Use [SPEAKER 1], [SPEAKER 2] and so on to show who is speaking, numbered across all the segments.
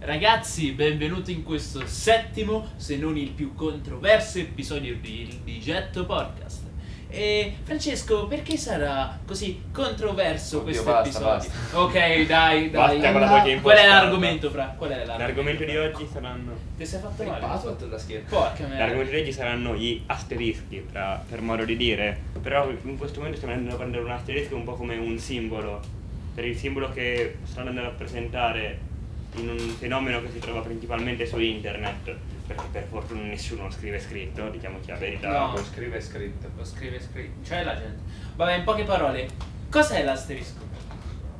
[SPEAKER 1] Ragazzi, benvenuti in questo settimo, se non il più controverso episodio di, di Getto Podcast. E Francesco, perché sarà così controverso
[SPEAKER 2] Oddio,
[SPEAKER 1] questo
[SPEAKER 2] basta,
[SPEAKER 1] episodio?
[SPEAKER 2] basta.
[SPEAKER 1] Ok, dai, dai.
[SPEAKER 3] Basta con
[SPEAKER 1] Qual
[SPEAKER 3] la tua che
[SPEAKER 1] è
[SPEAKER 3] impostata.
[SPEAKER 1] l'argomento, Fra? Qual è l'argomento?
[SPEAKER 3] L'argomento di oggi saranno.
[SPEAKER 1] Ti sei fatto male?
[SPEAKER 2] Ho fatto la schiena.
[SPEAKER 1] Porca merda.
[SPEAKER 3] L'argomento di oggi saranno gli asterischi, tra- per modo di dire. Però in questo momento stiamo andando a prendere un asterisco un po' come un simbolo. Per il simbolo che stanno andando a rappresentare in un fenomeno che si trova principalmente su internet. Perché per fortuna nessuno scrive scritto, diciamoci la verità.
[SPEAKER 1] No.
[SPEAKER 2] Lo scrive scritto.
[SPEAKER 1] Lo scrive, scrive. Cioè la gente. Vabbè, in poche parole, cos'è l'asterisco?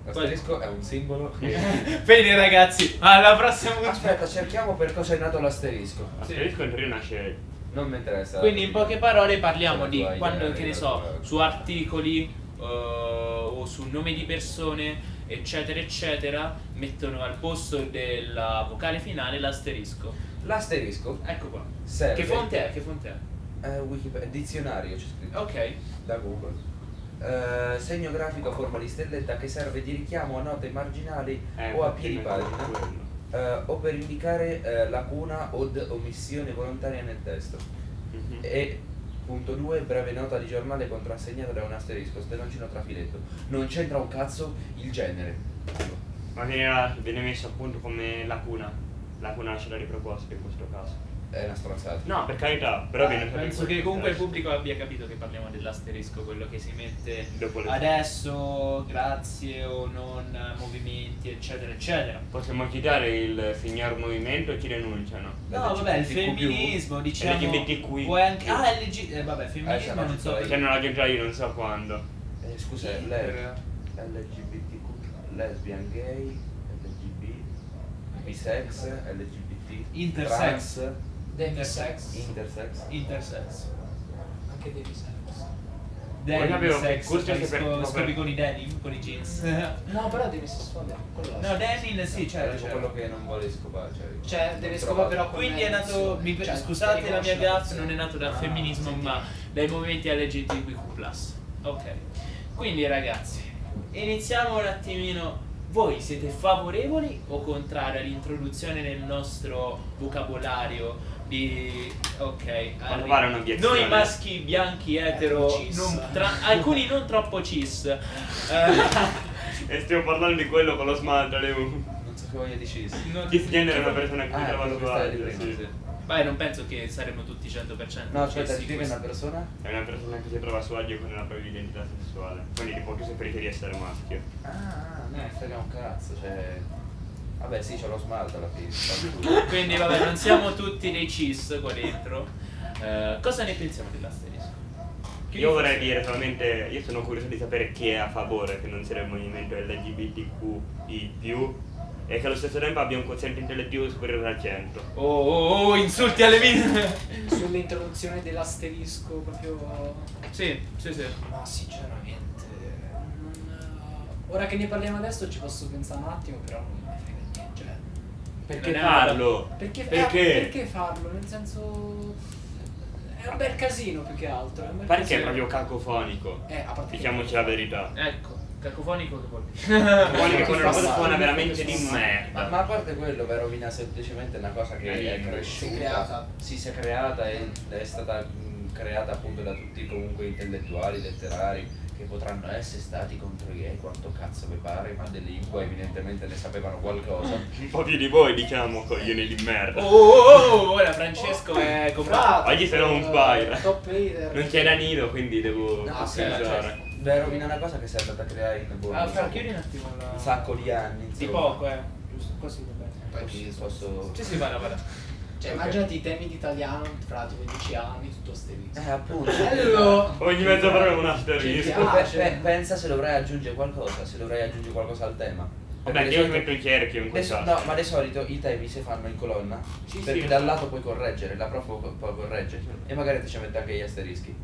[SPEAKER 2] L'asterisco è un simbolo che...
[SPEAKER 1] Bene ragazzi, alla prossima puntata.
[SPEAKER 2] Aspetta, cerchiamo per cosa è nato l'asterisco.
[SPEAKER 3] L'asterisco in teoria nasce.
[SPEAKER 2] Non mi interessa.
[SPEAKER 1] Quindi in eh, poche parole parliamo
[SPEAKER 2] Cioè,
[SPEAKER 1] di
[SPEAKER 2] tu hai-
[SPEAKER 1] quando, che ne
[SPEAKER 2] hai-
[SPEAKER 1] so, su articoli eh, o su nomi di persone, eccetera, eccetera, mettono al posto della vocale finale l'asterisco.
[SPEAKER 2] L'asterisco
[SPEAKER 1] Ecco qua.
[SPEAKER 2] Serve.
[SPEAKER 1] Che fonte è? Che fonte
[SPEAKER 2] è Wikipedia, dizionario c'è
[SPEAKER 1] è?
[SPEAKER 2] scritto.
[SPEAKER 1] Ok.
[SPEAKER 2] Da Google. Eh, segno grafico a forma di stelletta che serve di richiamo a note marginali
[SPEAKER 3] eh,
[SPEAKER 2] o a piedi pagina
[SPEAKER 3] quello.
[SPEAKER 2] eh, o per indicare eh, lacuna o d- omissione volontaria nel testo.
[SPEAKER 3] Mhm.
[SPEAKER 2] E punto 2, breve nota di giornale contrassegnata da un asterisco, stelloncino trafiletto. Non c'entra un cazzo il genere.
[SPEAKER 3] Ma viene, viene messo appunto come lacuna. Lacuna lasciata riproposta in questo caso.
[SPEAKER 2] È una stronzata.
[SPEAKER 3] No, per carità, però viene sempre
[SPEAKER 1] Eh, Penso
[SPEAKER 3] questo
[SPEAKER 1] che comunque il
[SPEAKER 3] interesse.
[SPEAKER 1] pubblico abbia capito che parliamo dell'asterisco, quello che si mette
[SPEAKER 3] Dopo le-
[SPEAKER 1] adesso, grazie o non, movimenti, eccetera, eccetera.
[SPEAKER 3] Possiamo citare il signor movimento e ci denunciano.
[SPEAKER 1] No, vabbè, il femminismo, diciamo.
[SPEAKER 3] LGBTQ+.
[SPEAKER 1] Puoi anche. Ah, LG. eh, vabbè,
[SPEAKER 2] Eh,
[SPEAKER 1] femminismo
[SPEAKER 2] siamo
[SPEAKER 1] non so.
[SPEAKER 2] giusto,
[SPEAKER 3] Cioè non la gente io non so quando.
[SPEAKER 2] Eh, scusa,
[SPEAKER 1] Inter-
[SPEAKER 2] le- LGBTQ, lesbian, gay, LGBT, bisex, LGBT,
[SPEAKER 1] Intersex.
[SPEAKER 2] trans,
[SPEAKER 1] Intersex.
[SPEAKER 2] intersex.
[SPEAKER 1] Intersex. Anche devi sex.
[SPEAKER 3] Poi
[SPEAKER 1] Denim
[SPEAKER 3] avevo-
[SPEAKER 1] sex,
[SPEAKER 3] questo
[SPEAKER 1] fai
[SPEAKER 3] è sempre-
[SPEAKER 1] sco-
[SPEAKER 3] vabbè.
[SPEAKER 1] scopri con i denim, con i jeans. No,
[SPEAKER 4] No, però devi sessuale. Quello là.
[SPEAKER 1] denim sì,
[SPEAKER 2] Cioè,
[SPEAKER 1] certo,
[SPEAKER 2] quello
[SPEAKER 1] certo.
[SPEAKER 2] che non vuole scopare. Cioè,
[SPEAKER 4] Cioè,
[SPEAKER 2] non
[SPEAKER 4] deve
[SPEAKER 2] trova-
[SPEAKER 4] scopare però-
[SPEAKER 1] Quindi è nato, mi-
[SPEAKER 4] Cioè,
[SPEAKER 1] scusate la mia
[SPEAKER 4] riconosci la
[SPEAKER 1] gaffe, non è nato dal
[SPEAKER 4] Ah,
[SPEAKER 1] femminismo
[SPEAKER 4] senti.
[SPEAKER 1] ma dai movimenti LGBTQ+. Ok, quindi ragazzi, iniziamo un attimino. Voi siete favorevoli o contrari all'introduzione nel nostro vocabolario di... Ok,
[SPEAKER 3] Quando
[SPEAKER 1] arri-
[SPEAKER 3] pare un'obiezione.
[SPEAKER 1] noi maschi bianchi etero,
[SPEAKER 4] Cis.
[SPEAKER 1] non tra- alcuni non troppo cis. Eh,
[SPEAKER 3] E stiamo parlando di quello con lo smalto, Leu.
[SPEAKER 2] Non so che voglia di cis.
[SPEAKER 1] non-
[SPEAKER 3] Disgender è una persona che
[SPEAKER 2] Ah,
[SPEAKER 3] mi
[SPEAKER 2] è
[SPEAKER 3] trova
[SPEAKER 2] quello che stai
[SPEAKER 3] sguardo,
[SPEAKER 2] dicendo,
[SPEAKER 3] sì.
[SPEAKER 2] sì.
[SPEAKER 1] Beh, non penso che saremo tutti 100%
[SPEAKER 2] No,
[SPEAKER 4] certo,
[SPEAKER 2] aspetta,
[SPEAKER 1] cis in
[SPEAKER 2] scrivi
[SPEAKER 1] questo.
[SPEAKER 2] una persona?
[SPEAKER 3] È una persona che si trova a suo agio con la propria identità sessuale. Quindi tipo che preferisce di essere maschio.
[SPEAKER 2] Ah, no, mi frega un cazzo, cioè... Vabbè, sì, c'ho lo smalto alla fine. fanculo.
[SPEAKER 1] Quindi vabbè, non siamo tutti dei cis qua dentro. Eh, cosa ne pensiamo dell'asterisco? Chi dice?
[SPEAKER 3] Io vorrei dire solamente, io sono curioso di sapere chi è a favore che non sia il movimento LGBTQI+, e che allo stesso tempo abbia un quoziente intellettivo superiore al 100.
[SPEAKER 1] Oh, oh, oh, insulti alle mie.
[SPEAKER 4] Sull'introduzione dell'asterisco proprio.
[SPEAKER 1] sì, sì, sì.
[SPEAKER 4] Ma sinceramente. non- Ora che ne parliamo adesso ci posso pensare un attimo, però non mi frega niente. Cioè,
[SPEAKER 3] Perché
[SPEAKER 1] Non è
[SPEAKER 3] farlo?
[SPEAKER 4] perché,
[SPEAKER 3] Perché?
[SPEAKER 4] eh, perché farlo? Nel senso. È un bel casino più che altro. È un bel
[SPEAKER 3] Perché è
[SPEAKER 4] casino.
[SPEAKER 3] proprio cacofonico.
[SPEAKER 4] Eh, a parte che-
[SPEAKER 3] Diciamoci la verità.
[SPEAKER 1] Ecco, cacofonico che vuol dire.
[SPEAKER 2] Eh,
[SPEAKER 3] Cacofonico con una cosa
[SPEAKER 4] Passare.
[SPEAKER 3] suona veramente di
[SPEAKER 2] Ma,
[SPEAKER 3] merda.
[SPEAKER 2] ma a parte quello, va a rovinare semplicemente una cosa che
[SPEAKER 3] Eh,
[SPEAKER 2] è
[SPEAKER 3] si è
[SPEAKER 2] cresciuta.
[SPEAKER 4] creata.
[SPEAKER 2] Sì, si è creata e è stata mh, creata appunto da tutti comunque intellettuali, letterari, che potranno essere stati contro gli quanto cazzo vi pare, ma delle lingua evidentemente ne sapevano qualcosa.
[SPEAKER 3] Un po' più di voi, diciamo, coglioni di
[SPEAKER 1] Oh,
[SPEAKER 3] merda.
[SPEAKER 1] oh, oh, ora Francesco è comprato.
[SPEAKER 3] Oggi se no un
[SPEAKER 4] paio
[SPEAKER 3] fire.
[SPEAKER 4] eh, Top leader.
[SPEAKER 3] Non c'è Danilo, quindi devo
[SPEAKER 4] No, sì,
[SPEAKER 3] pensare.
[SPEAKER 4] certo.
[SPEAKER 2] Va a rovinare una cosa che si è andata a creare in boh,
[SPEAKER 1] Ah,
[SPEAKER 2] non so,
[SPEAKER 1] Fra, chiudi un attimo la...
[SPEAKER 2] un sacco di anni.
[SPEAKER 1] Di
[SPEAKER 2] insomma.
[SPEAKER 1] poco, eh. Giusto, così va bene.
[SPEAKER 2] Poi ci posso...
[SPEAKER 1] Sì, sì, vada, vada.
[SPEAKER 4] Cioè,
[SPEAKER 2] Ok.
[SPEAKER 4] immaginati i temi di italiano fra 12 anni, tutto asterisco.
[SPEAKER 2] Eh, appunto.
[SPEAKER 4] Bello!
[SPEAKER 3] Ogni mezza parola è un
[SPEAKER 4] Ci
[SPEAKER 3] asterisco.
[SPEAKER 4] piace.
[SPEAKER 2] Pe- pe- pensa se dovrai aggiungere qualcosa, se dovrai aggiungere qualcosa al tema.
[SPEAKER 3] Vabbè,
[SPEAKER 2] Perché
[SPEAKER 3] Eh io
[SPEAKER 2] di
[SPEAKER 3] mi metto
[SPEAKER 2] solito-
[SPEAKER 3] il cerchio in
[SPEAKER 2] de-
[SPEAKER 3] questo
[SPEAKER 2] no, ma di solito i temi si fanno in colonna
[SPEAKER 3] Sì,
[SPEAKER 2] perché
[SPEAKER 3] sì.
[SPEAKER 2] dal lato puoi correggere, la prof può, può correggere e magari ti ci mette anche gli asterischi.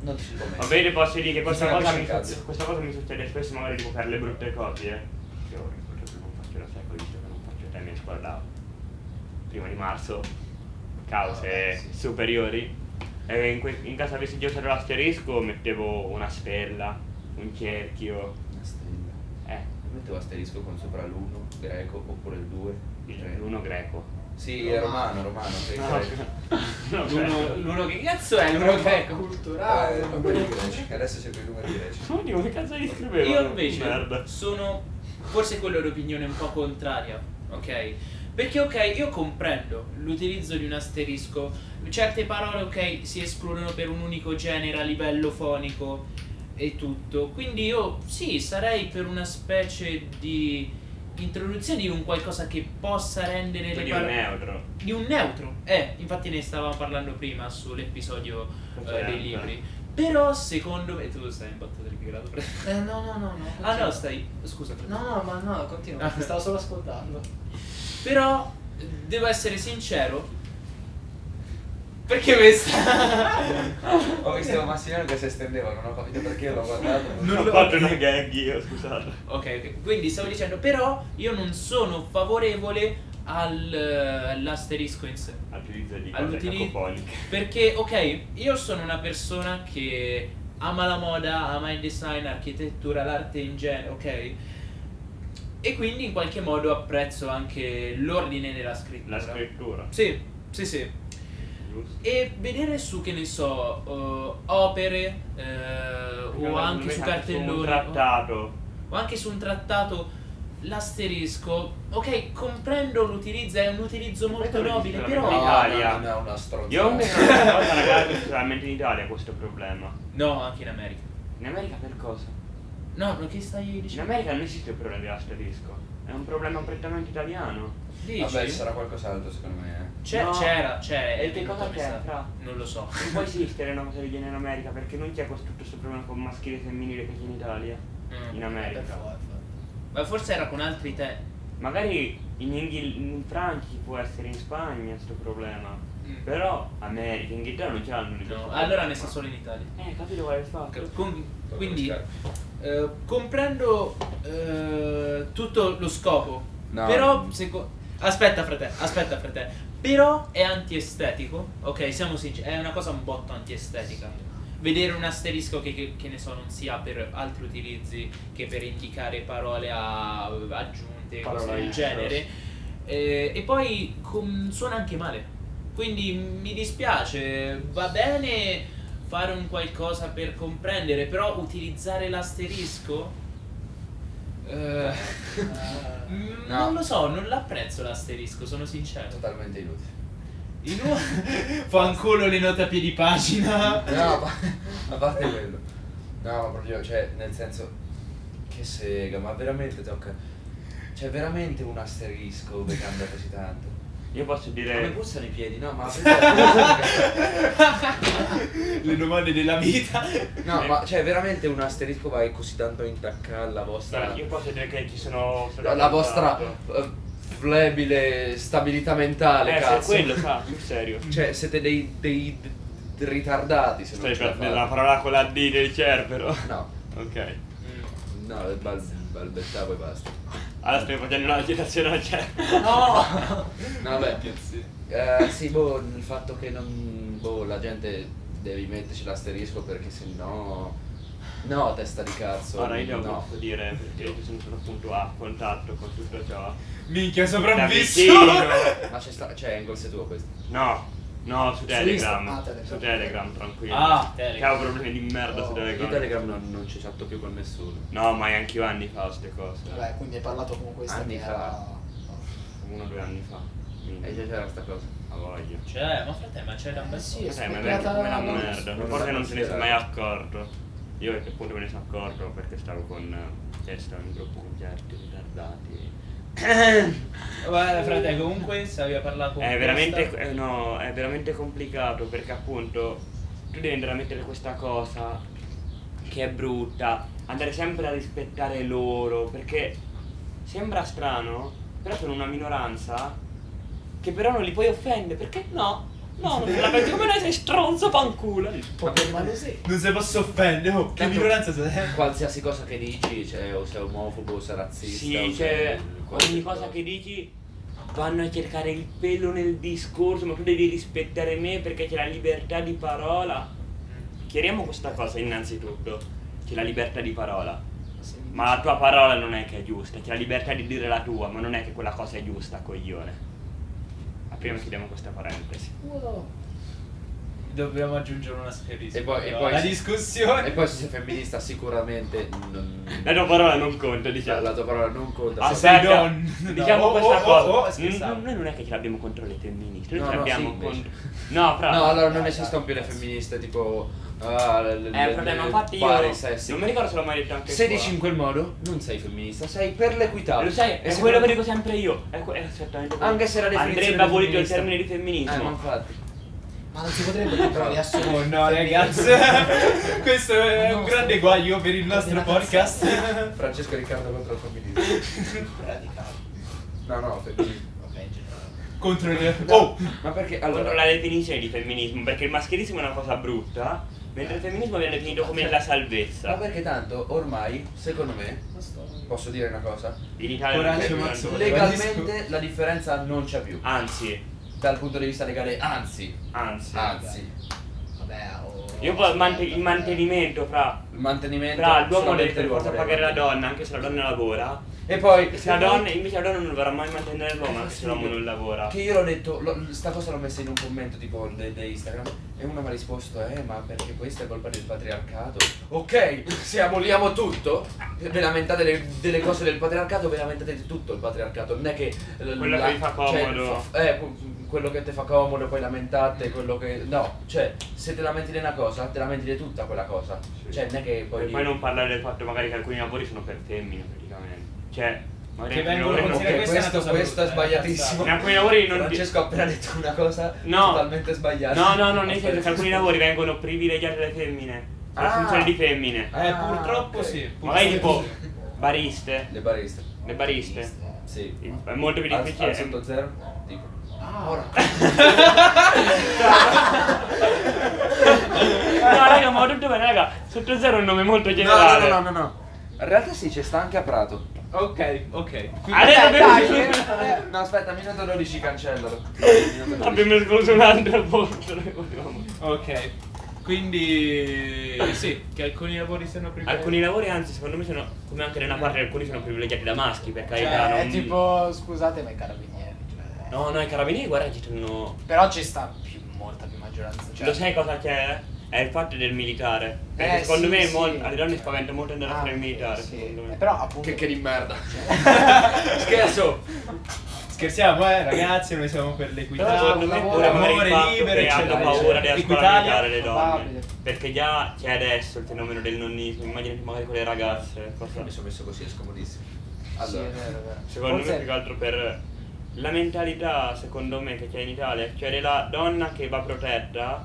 [SPEAKER 2] Non ti ci può
[SPEAKER 3] Va
[SPEAKER 2] mettere.
[SPEAKER 3] bene, posso dire che questa
[SPEAKER 2] Sì,
[SPEAKER 3] cosa,
[SPEAKER 2] capisci
[SPEAKER 3] mi,
[SPEAKER 2] cazzo.
[SPEAKER 3] suc- questa cosa mi succede spesso magari tipo per le brutte copie. Che ora purtroppo non faccio la secco, visto che non faccio temi a scuola prima di marzo, cause
[SPEAKER 2] Ah, sì.
[SPEAKER 3] superiori. E in, que- in caso avessi giocato l'asterisco mettevo una stella, un cerchio,
[SPEAKER 2] Una stella.
[SPEAKER 3] eh,
[SPEAKER 2] Mettevo asterisco con sopra l'1 greco oppure il 2,
[SPEAKER 3] il Ah, 1 uno greco. Cioè,
[SPEAKER 2] Sì, è romano, romano, sei greco.
[SPEAKER 3] No, cioè, certo.
[SPEAKER 1] L'uno,
[SPEAKER 3] greco.
[SPEAKER 1] l'uno che cazzo è? L'uno greco.
[SPEAKER 2] Eh,
[SPEAKER 4] culturale.
[SPEAKER 2] numeri greci. Adesso cerco i numeri greci.
[SPEAKER 3] Oddio, che cazzo gli scrivevo?
[SPEAKER 1] Io invece
[SPEAKER 3] Merda.
[SPEAKER 1] sono forse quella è un'opinione un po' contraria, ok? Perché ok, io comprendo l'utilizzo di un asterisco, certe parole ok si escludono per un unico genere a livello fonico e tutto, quindi io sì sarei per una specie di introduzione di un qualcosa che possa rendere le
[SPEAKER 3] Quindi un
[SPEAKER 1] parole...
[SPEAKER 3] neutro.
[SPEAKER 1] di un neutro. Eh, infatti ne stavamo parlando prima sull'episodio eh,
[SPEAKER 3] Certo.
[SPEAKER 1] dei libri. Però secondo me tu stai imbattendo il microfono.
[SPEAKER 4] Eh, no, no, no, no.
[SPEAKER 1] Ah no,
[SPEAKER 4] continua.
[SPEAKER 1] stai. Scusa.
[SPEAKER 4] No, no, ma no, continua.
[SPEAKER 1] Ah.
[SPEAKER 4] Ti stavo solo ascoltando.
[SPEAKER 1] Però eh, devo essere sincero. Perché questa?
[SPEAKER 2] Ho visto Massimiliano che si estendeva, non ho capito perché l'ho guardato.
[SPEAKER 1] Non
[SPEAKER 3] Non
[SPEAKER 1] lo-
[SPEAKER 3] faccio una gag io, scusate.
[SPEAKER 1] ok, ok. Quindi stavo dicendo, però io non sono favorevole al, eh, all'asterisco in sé.
[SPEAKER 3] All'utilizzo di cose
[SPEAKER 1] All'utili-
[SPEAKER 3] cacofoniche.
[SPEAKER 1] Perché, ok, io sono una persona che ama la moda, ama il design, l'architettura, l'arte in genere, ok? E quindi in qualche modo apprezzo anche l'ordine della scrittura.
[SPEAKER 3] La scrittura,
[SPEAKER 1] Sì, sì, sì.
[SPEAKER 3] giusto?
[SPEAKER 1] E vedere su, che ne so, eh, opere eh, o anche su
[SPEAKER 3] Un
[SPEAKER 1] cartelloni o-
[SPEAKER 3] trattato.
[SPEAKER 1] o anche su un trattato l'asterisco, ok, comprendo l'utilizzo, è un utilizzo molto
[SPEAKER 3] Questo lo
[SPEAKER 1] nobile,
[SPEAKER 3] dice la
[SPEAKER 1] però...
[SPEAKER 2] No,
[SPEAKER 3] verità. Italia.
[SPEAKER 2] no, no, no, è una stronzata.
[SPEAKER 3] Io ho una cosa ragazzi, solamente in Italia questo problema.
[SPEAKER 1] No, anche in America.
[SPEAKER 3] In America per cosa?
[SPEAKER 1] No, ma che stai
[SPEAKER 3] In
[SPEAKER 1] dicendo?
[SPEAKER 3] America non esiste il problema dell'asterisco, è un problema prettamente italiano.
[SPEAKER 1] Dici?
[SPEAKER 2] Vabbè, ci sarà qualcos'altro secondo me.
[SPEAKER 1] C'è-
[SPEAKER 3] No.
[SPEAKER 1] C'era, c'era.
[SPEAKER 3] E
[SPEAKER 1] è
[SPEAKER 3] che cosa
[SPEAKER 1] venuto, mi
[SPEAKER 3] c'è,
[SPEAKER 1] sa.
[SPEAKER 3] fra?
[SPEAKER 1] Non lo so.
[SPEAKER 3] Non può esistere una cosa del genere in America perché non c'è questo tutto questo problema con maschile e femminile che c'è in Italia.
[SPEAKER 1] Mm.
[SPEAKER 3] In
[SPEAKER 4] Per
[SPEAKER 3] America.
[SPEAKER 4] forza.
[SPEAKER 1] Ma forse era con altri te.
[SPEAKER 3] Magari in, Inghil- in Francia ci può essere in Spagna questo problema.
[SPEAKER 1] Mm.
[SPEAKER 3] Però America, Inghilterra non ce l'hanno
[SPEAKER 1] No,
[SPEAKER 3] di questo
[SPEAKER 1] allora
[SPEAKER 3] problema.
[SPEAKER 1] ne sta solo in Italia.
[SPEAKER 3] Eh, capito qual è il fatto?
[SPEAKER 1] Con-
[SPEAKER 2] Tocca
[SPEAKER 1] quindi
[SPEAKER 2] lo schermo.
[SPEAKER 1] eh, comprendo eh, tutto lo scopo.
[SPEAKER 2] No.
[SPEAKER 1] Però seco- aspetta frate, aspetta frate. Però è antiestetico. Ok, siamo sinceri, è una cosa un botto antiestetica. Vedere un asterisco che, che- che ne so non sia per altri utilizzi che per indicare parole a- aggiunte,
[SPEAKER 3] Parole
[SPEAKER 1] cose del
[SPEAKER 3] extra.
[SPEAKER 1] genere. Eh, e poi com- suona anche male. Quindi mi dispiace, va bene fare un qualcosa per comprendere, però utilizzare l'asterisco? Eh,
[SPEAKER 4] Eh,
[SPEAKER 1] mm,
[SPEAKER 2] No.
[SPEAKER 1] Non lo so, non l'apprezzo l'asterisco, sono sincero.
[SPEAKER 2] Totalmente inutile.
[SPEAKER 1] In un- Fanculo le note a piedi pagina.
[SPEAKER 2] No, ma a parte quello. No, ma proprio, cioè, nel senso, che sega, ma veramente tocca... C'è veramente un asterisco che cambia così tanto.
[SPEAKER 3] Io posso
[SPEAKER 2] Come
[SPEAKER 3] dire.
[SPEAKER 2] puzzano i piedi, no, ma... perché-
[SPEAKER 1] le domande della vita.
[SPEAKER 2] No, ma c'è veramente un asterisco vai così tanto a intaccare la vostra...
[SPEAKER 3] Guarda, Io posso dire che ci sono.
[SPEAKER 2] la- La vostra eh, flebile stabilità mentale,
[SPEAKER 3] Eh,
[SPEAKER 2] Ah, cazzo.
[SPEAKER 3] sì, quello, sa, sul serio.
[SPEAKER 2] Cioè, siete dei, dei d- d- ritardati se
[SPEAKER 3] Stai
[SPEAKER 2] non ce la
[SPEAKER 3] per
[SPEAKER 2] fate.
[SPEAKER 3] la parola con la D del Cerbero.
[SPEAKER 2] No,
[SPEAKER 3] Ok.
[SPEAKER 2] no, bal- balbettavo e basta.
[SPEAKER 3] Allora stai facendo una citazione al Cerbero.
[SPEAKER 1] No!
[SPEAKER 2] No, vabbè. Eh, sì, boh, il fatto che non... Boh, la gente devi metterci l'asterisco perché sennò... No, testa di cazzo.
[SPEAKER 3] Ora io
[SPEAKER 2] no.
[SPEAKER 3] posso dire, perché io sono, sono appunto a contatto con tutto ciò.
[SPEAKER 1] Minchia,
[SPEAKER 3] Da
[SPEAKER 1] sopravvissuto.
[SPEAKER 3] vicino.
[SPEAKER 2] Ma c'è sta... Cioè, Engels è tuo questo.
[SPEAKER 3] No, no, su Telegram.
[SPEAKER 4] Insta- ah, Telegram.
[SPEAKER 3] Su Telegram, tranquillo.
[SPEAKER 1] Ah,
[SPEAKER 3] Che
[SPEAKER 1] Telegram.
[SPEAKER 3] ho problemi di merda su
[SPEAKER 4] Oh,
[SPEAKER 3] Telegram.
[SPEAKER 2] Io Telegram non, non ci chatto più con nessuno.
[SPEAKER 3] No, ma anche io anni fa queste cose.
[SPEAKER 4] Vabbè, quindi hai parlato con questa
[SPEAKER 2] Anni
[SPEAKER 4] che
[SPEAKER 2] fa.
[SPEAKER 4] era...
[SPEAKER 3] Uno o due anni fa.
[SPEAKER 2] E Eh, già c'era sta cosa.
[SPEAKER 3] A voglia.
[SPEAKER 1] Cioè, ma frate, ma c'è da
[SPEAKER 4] Eh sì,
[SPEAKER 1] passare.
[SPEAKER 4] è
[SPEAKER 3] Sai, ma è
[SPEAKER 4] scoppiata
[SPEAKER 3] vecchio come la
[SPEAKER 4] la-
[SPEAKER 3] merda.
[SPEAKER 2] non
[SPEAKER 3] Forse
[SPEAKER 2] l'ho
[SPEAKER 3] non se ne sono mai
[SPEAKER 2] considerato.
[SPEAKER 3] accorto. Io appunto me ne sono accorto perché stavo con. eh, cioè stavo in gruppo con certi ritardati.
[SPEAKER 1] Vabbè, frate, comunque se aveva parlato con
[SPEAKER 3] È veramente,
[SPEAKER 1] questa-
[SPEAKER 3] eh, no, è veramente complicato perché appunto tu devi andare a mettere questa cosa che è brutta, andare sempre a rispettare loro, perché sembra strano, però sono una minoranza che però non li puoi offendere, perché no? No, non te la pensi come noi sei stronzo panculo.
[SPEAKER 4] Vabbè, ma lo sei.
[SPEAKER 1] Non si posso offendere, oh, che
[SPEAKER 2] Tanto-
[SPEAKER 1] minoranza sei?
[SPEAKER 2] Qualsiasi cosa che dici, cioè, o sei omofobo o sei razzista. o
[SPEAKER 3] Sì,
[SPEAKER 2] sei-
[SPEAKER 3] cioè, ogni
[SPEAKER 2] qualsiasi
[SPEAKER 3] cosa che dici vanno a cercare il pelo nel discorso, ma tu devi rispettare me perché c'è la libertà di parola. Chiariamo questa cosa innanzitutto, c'è la libertà di parola, ma la tua parola non è che è giusta, c'è la libertà di dire la tua, ma non è che quella cosa è giusta, coglione. Apriamo e chiudiamo questa parentesi.
[SPEAKER 1] Dobbiamo aggiungere una sferistica.
[SPEAKER 2] E poi- e
[SPEAKER 1] però.
[SPEAKER 2] poi
[SPEAKER 1] la
[SPEAKER 2] si-
[SPEAKER 1] discussione.
[SPEAKER 2] E poi se sei femminista sicuramente non-
[SPEAKER 3] La tua parola non conta,
[SPEAKER 2] la,
[SPEAKER 3] diciamo.
[SPEAKER 2] la tua parola non conta.
[SPEAKER 1] Ah,
[SPEAKER 2] Se-
[SPEAKER 1] sei
[SPEAKER 3] Aspetta,
[SPEAKER 1] don- no.
[SPEAKER 3] diciamo
[SPEAKER 1] Oh,
[SPEAKER 3] questa
[SPEAKER 1] oh,
[SPEAKER 3] cosa.
[SPEAKER 1] oh, oh,
[SPEAKER 3] Mm,
[SPEAKER 1] scherzavo.
[SPEAKER 3] no, noi non è che ce l'abbiamo contro le femministe,
[SPEAKER 2] No,
[SPEAKER 3] noi ce
[SPEAKER 2] no,
[SPEAKER 3] l'abbiamo
[SPEAKER 2] sì,
[SPEAKER 3] contro.
[SPEAKER 2] invece.
[SPEAKER 3] No, fra.
[SPEAKER 2] No, allora non esistono più le femministe, tipo... ah, le- le-
[SPEAKER 3] È un
[SPEAKER 2] le-
[SPEAKER 3] problema,
[SPEAKER 2] le-
[SPEAKER 3] Eh, infatti io.
[SPEAKER 2] pari sessi.
[SPEAKER 3] Non mi ricordo se l'ho mai detto anche
[SPEAKER 2] Se
[SPEAKER 3] qua.
[SPEAKER 2] dici in quel modo, non sei femminista, sei per l'equità.
[SPEAKER 3] Lo sai,
[SPEAKER 2] E
[SPEAKER 3] è
[SPEAKER 2] se
[SPEAKER 3] quello che
[SPEAKER 2] non-
[SPEAKER 3] dico sempre io. È que- eh, è esattamente quello.
[SPEAKER 2] Anche se la definizione
[SPEAKER 3] Andrebbe abolito il
[SPEAKER 2] femminista-
[SPEAKER 3] termine di femminismo.
[SPEAKER 2] Eh, ma infatti.
[SPEAKER 5] Ma non si potrebbe che però riassumere.
[SPEAKER 1] Oh no ragazzi, questo è un grande guaio per il nostro podcast.
[SPEAKER 2] Francesco Riccardo contro il femminismo. No, no, femminismo.
[SPEAKER 5] Vabbè, in generale.
[SPEAKER 1] Contro il... Oh!
[SPEAKER 2] Ma perché
[SPEAKER 3] Contro
[SPEAKER 2] allora
[SPEAKER 3] la definizione di femminismo, perché il maschilismo è una cosa brutta, mentre il femminismo viene definito come la salvezza.
[SPEAKER 2] Ma perché tanto ormai, secondo me, posso dire una cosa?
[SPEAKER 3] In Italia non
[SPEAKER 1] Coraggio,
[SPEAKER 3] c'è più
[SPEAKER 1] Mazzo.
[SPEAKER 3] tanto-
[SPEAKER 2] Legalmente la differenza non c'è più.
[SPEAKER 3] Anzi,
[SPEAKER 2] Dal punto di vista legale, anzi,
[SPEAKER 3] anzi.
[SPEAKER 2] anzi,
[SPEAKER 5] Vabbè, oh,
[SPEAKER 3] Io poi il mante- il mantenimento fra,
[SPEAKER 2] il mantenimento
[SPEAKER 3] fra l'uomo deve
[SPEAKER 2] solamente
[SPEAKER 3] per forza
[SPEAKER 2] l'uomo
[SPEAKER 3] pagare la
[SPEAKER 2] regala.
[SPEAKER 3] donna, anche se la donna lavora.
[SPEAKER 2] E poi
[SPEAKER 3] E se la donna, invece la donna non dovrà mai mantenere l'uomo, anche se l'uomo non lavora.
[SPEAKER 2] Che io l'ho detto, l'ho- sta cosa l'ho messa in un commento tipo de- de Instagram e uno mi ha risposto, eh ma perché questa è colpa del patriarcato? Ok, se aboliamo tutto, ve lamentate delle, delle cose del patriarcato, ve lamentate di tutto il patriarcato, non è che... l-
[SPEAKER 3] Quello che vi fa comodo.
[SPEAKER 2] fa- eh, cu- quello che ti fa comodo, poi lamentate, quello che... No, cioè, se te lamenti di una cosa, te lamenti di tutta quella cosa.
[SPEAKER 3] Sì.
[SPEAKER 2] Cioè, non è che poi...
[SPEAKER 3] E poi non parlare del fatto magari che alcuni lavori sono per femmine praticamente. Cioè, magari
[SPEAKER 1] Che
[SPEAKER 3] alcuni
[SPEAKER 1] vengono
[SPEAKER 3] lavori non-
[SPEAKER 2] Ok,
[SPEAKER 1] considerati- questa è
[SPEAKER 2] questo,
[SPEAKER 1] una
[SPEAKER 2] questo,
[SPEAKER 1] cosa
[SPEAKER 2] è
[SPEAKER 1] brutta, eh,
[SPEAKER 2] sbagliatissimo.
[SPEAKER 3] cazzata. In alcuni lavori non-
[SPEAKER 2] Francesco ha appena detto una cosa
[SPEAKER 3] No.
[SPEAKER 2] totalmente sbagliata.
[SPEAKER 3] No, no, no, nel senso che
[SPEAKER 2] Aspetta.
[SPEAKER 3] alcuni lavori vengono privilegiati le femmine. La
[SPEAKER 2] Ah.
[SPEAKER 3] funzione di femmine.
[SPEAKER 1] Eh,
[SPEAKER 2] Ah,
[SPEAKER 1] purtroppo
[SPEAKER 2] ok.
[SPEAKER 1] sì. purtroppo
[SPEAKER 3] Magari tipo
[SPEAKER 1] sì.
[SPEAKER 3] bariste,
[SPEAKER 2] Le bariste.
[SPEAKER 3] le bariste.
[SPEAKER 2] Sì.
[SPEAKER 3] È molto più
[SPEAKER 2] Al-
[SPEAKER 3] difficile.
[SPEAKER 2] Al sotto zero? Dico.
[SPEAKER 5] Ah, ora.
[SPEAKER 3] no, raga, ma ho detto bene, raga, sotto zero è un nome molto generale.
[SPEAKER 2] no, no. In realtà sì, c'è sta anche a Prato.
[SPEAKER 1] Ok, ok.
[SPEAKER 5] Ah,
[SPEAKER 3] Adesso abbiamo-
[SPEAKER 2] no, aspetta, minuto 12 cancellalo.
[SPEAKER 3] Abbiamo escluso un altro posto. noi volevamo-
[SPEAKER 1] Ok. Quindi sì, che alcuni lavori siano prima.
[SPEAKER 3] Alcuni lavori, anzi, secondo me sono, come anche nella parte, alcuni sono privilegiati da maschi, per
[SPEAKER 5] Cioè,
[SPEAKER 3] carità.
[SPEAKER 5] è
[SPEAKER 3] non-
[SPEAKER 5] tipo, scusate, ma i carabinieri. Cioè.
[SPEAKER 3] No, no, i carabinieri, guarda, ci sono...
[SPEAKER 5] Però ci sta più, molta più maggioranza. Cioè,
[SPEAKER 3] Lo sai cosa c'è? È il fatto del militare. Perché
[SPEAKER 5] Eh,
[SPEAKER 3] secondo
[SPEAKER 5] sì,
[SPEAKER 3] me
[SPEAKER 5] sì. Ah,
[SPEAKER 3] mol- alle donne spaventa molto andare a fare il
[SPEAKER 5] ok,
[SPEAKER 3] militare.
[SPEAKER 5] sì.
[SPEAKER 3] secondo me.
[SPEAKER 5] Eh, Però appunto.
[SPEAKER 2] Che, che di merda. Scherzo.
[SPEAKER 1] Scherziamo, eh, ragazzi, noi siamo per l'equità.
[SPEAKER 3] Però secondo me
[SPEAKER 5] lavoro, cioè,
[SPEAKER 3] pure magari
[SPEAKER 1] amore
[SPEAKER 3] il fatto
[SPEAKER 1] libero,
[SPEAKER 3] che hanno
[SPEAKER 1] eccetera,
[SPEAKER 3] paura della
[SPEAKER 1] eccetera.
[SPEAKER 3] scuola militare
[SPEAKER 1] Equitalia,
[SPEAKER 3] le donne.
[SPEAKER 5] probabile.
[SPEAKER 3] Perché già c'è adesso il fenomeno del nonnismo, immaginate magari con le ragazze. cosa-
[SPEAKER 2] Mi sono messo così, è scomodissimo.
[SPEAKER 5] Sì, è
[SPEAKER 2] Allora.
[SPEAKER 5] vero, è vero.
[SPEAKER 3] Secondo
[SPEAKER 5] Forse-
[SPEAKER 3] me più che altro per la mentalità, secondo me, che c'è in Italia, cioè della donna che va protetta.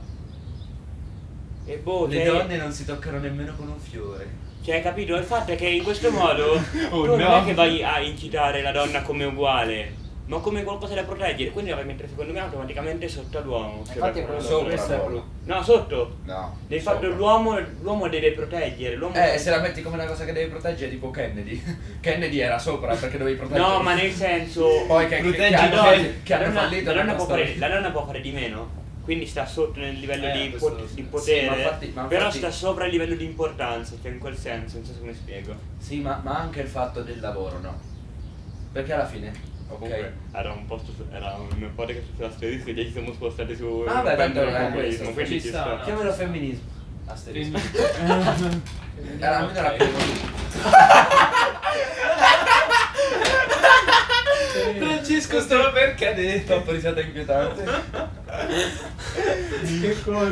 [SPEAKER 3] E boh,
[SPEAKER 2] Le
[SPEAKER 3] cioè-
[SPEAKER 2] donne non si toccano nemmeno con un fiore.
[SPEAKER 3] Cioè, capito? Il fatto è che in questo modo
[SPEAKER 1] Oh,
[SPEAKER 3] tu non
[SPEAKER 1] no.
[SPEAKER 3] è che vai a incitare la donna come uguale, ma come qualcosa da proteggere. Quindi la vai a mettere, secondo me, automaticamente sotto all'uomo. cioè,
[SPEAKER 5] Infatti è quello-
[SPEAKER 2] Sopra,
[SPEAKER 1] Questa è
[SPEAKER 2] buono.
[SPEAKER 1] brutta.
[SPEAKER 3] No, sotto.
[SPEAKER 2] No.
[SPEAKER 3] Del fatto
[SPEAKER 2] sopra.
[SPEAKER 3] l'uomo, l'uomo deve proteggere. L'uomo
[SPEAKER 2] Eh, se la metti come una cosa che devi proteggere, tipo Kennedy. Kennedy era sopra perché dovevi proteggere.
[SPEAKER 3] No, ma nel senso.
[SPEAKER 2] Poi che, che,
[SPEAKER 1] Proteggi
[SPEAKER 2] che hanno,
[SPEAKER 1] i
[SPEAKER 2] fallito-
[SPEAKER 1] doni.
[SPEAKER 2] che
[SPEAKER 3] la
[SPEAKER 2] hanno
[SPEAKER 3] donna,
[SPEAKER 2] fallito
[SPEAKER 3] la donna
[SPEAKER 2] nella
[SPEAKER 3] può
[SPEAKER 2] storia.
[SPEAKER 3] fare, la donna può fare di meno. Quindi sta sotto nel livello
[SPEAKER 1] Eh,
[SPEAKER 3] di,
[SPEAKER 1] questo
[SPEAKER 3] pot-
[SPEAKER 1] sì.
[SPEAKER 3] di
[SPEAKER 1] Sì,
[SPEAKER 3] potere,
[SPEAKER 2] ma infatti- ma
[SPEAKER 3] però
[SPEAKER 2] infatti-
[SPEAKER 3] sta sopra il livello di importanza, cioè in quel senso, non so come spiego.
[SPEAKER 2] Sì, ma, ma anche il fatto del lavoro, no? Perché alla fine, ok.
[SPEAKER 3] Comunque, era un posto su- era un podcast sull'asterisco e già ci siamo spostati su
[SPEAKER 2] Ah, beh, tanto
[SPEAKER 3] sul
[SPEAKER 2] non è questo.
[SPEAKER 3] populismo, quindi
[SPEAKER 1] Ci
[SPEAKER 3] ci
[SPEAKER 1] sta,
[SPEAKER 3] sta.
[SPEAKER 1] no?
[SPEAKER 2] Chiamalo femminismo. Asterisco. Era almeno la prima.
[SPEAKER 1] Ok. Francesco stava per cadere.
[SPEAKER 2] Troppo risata inquietante.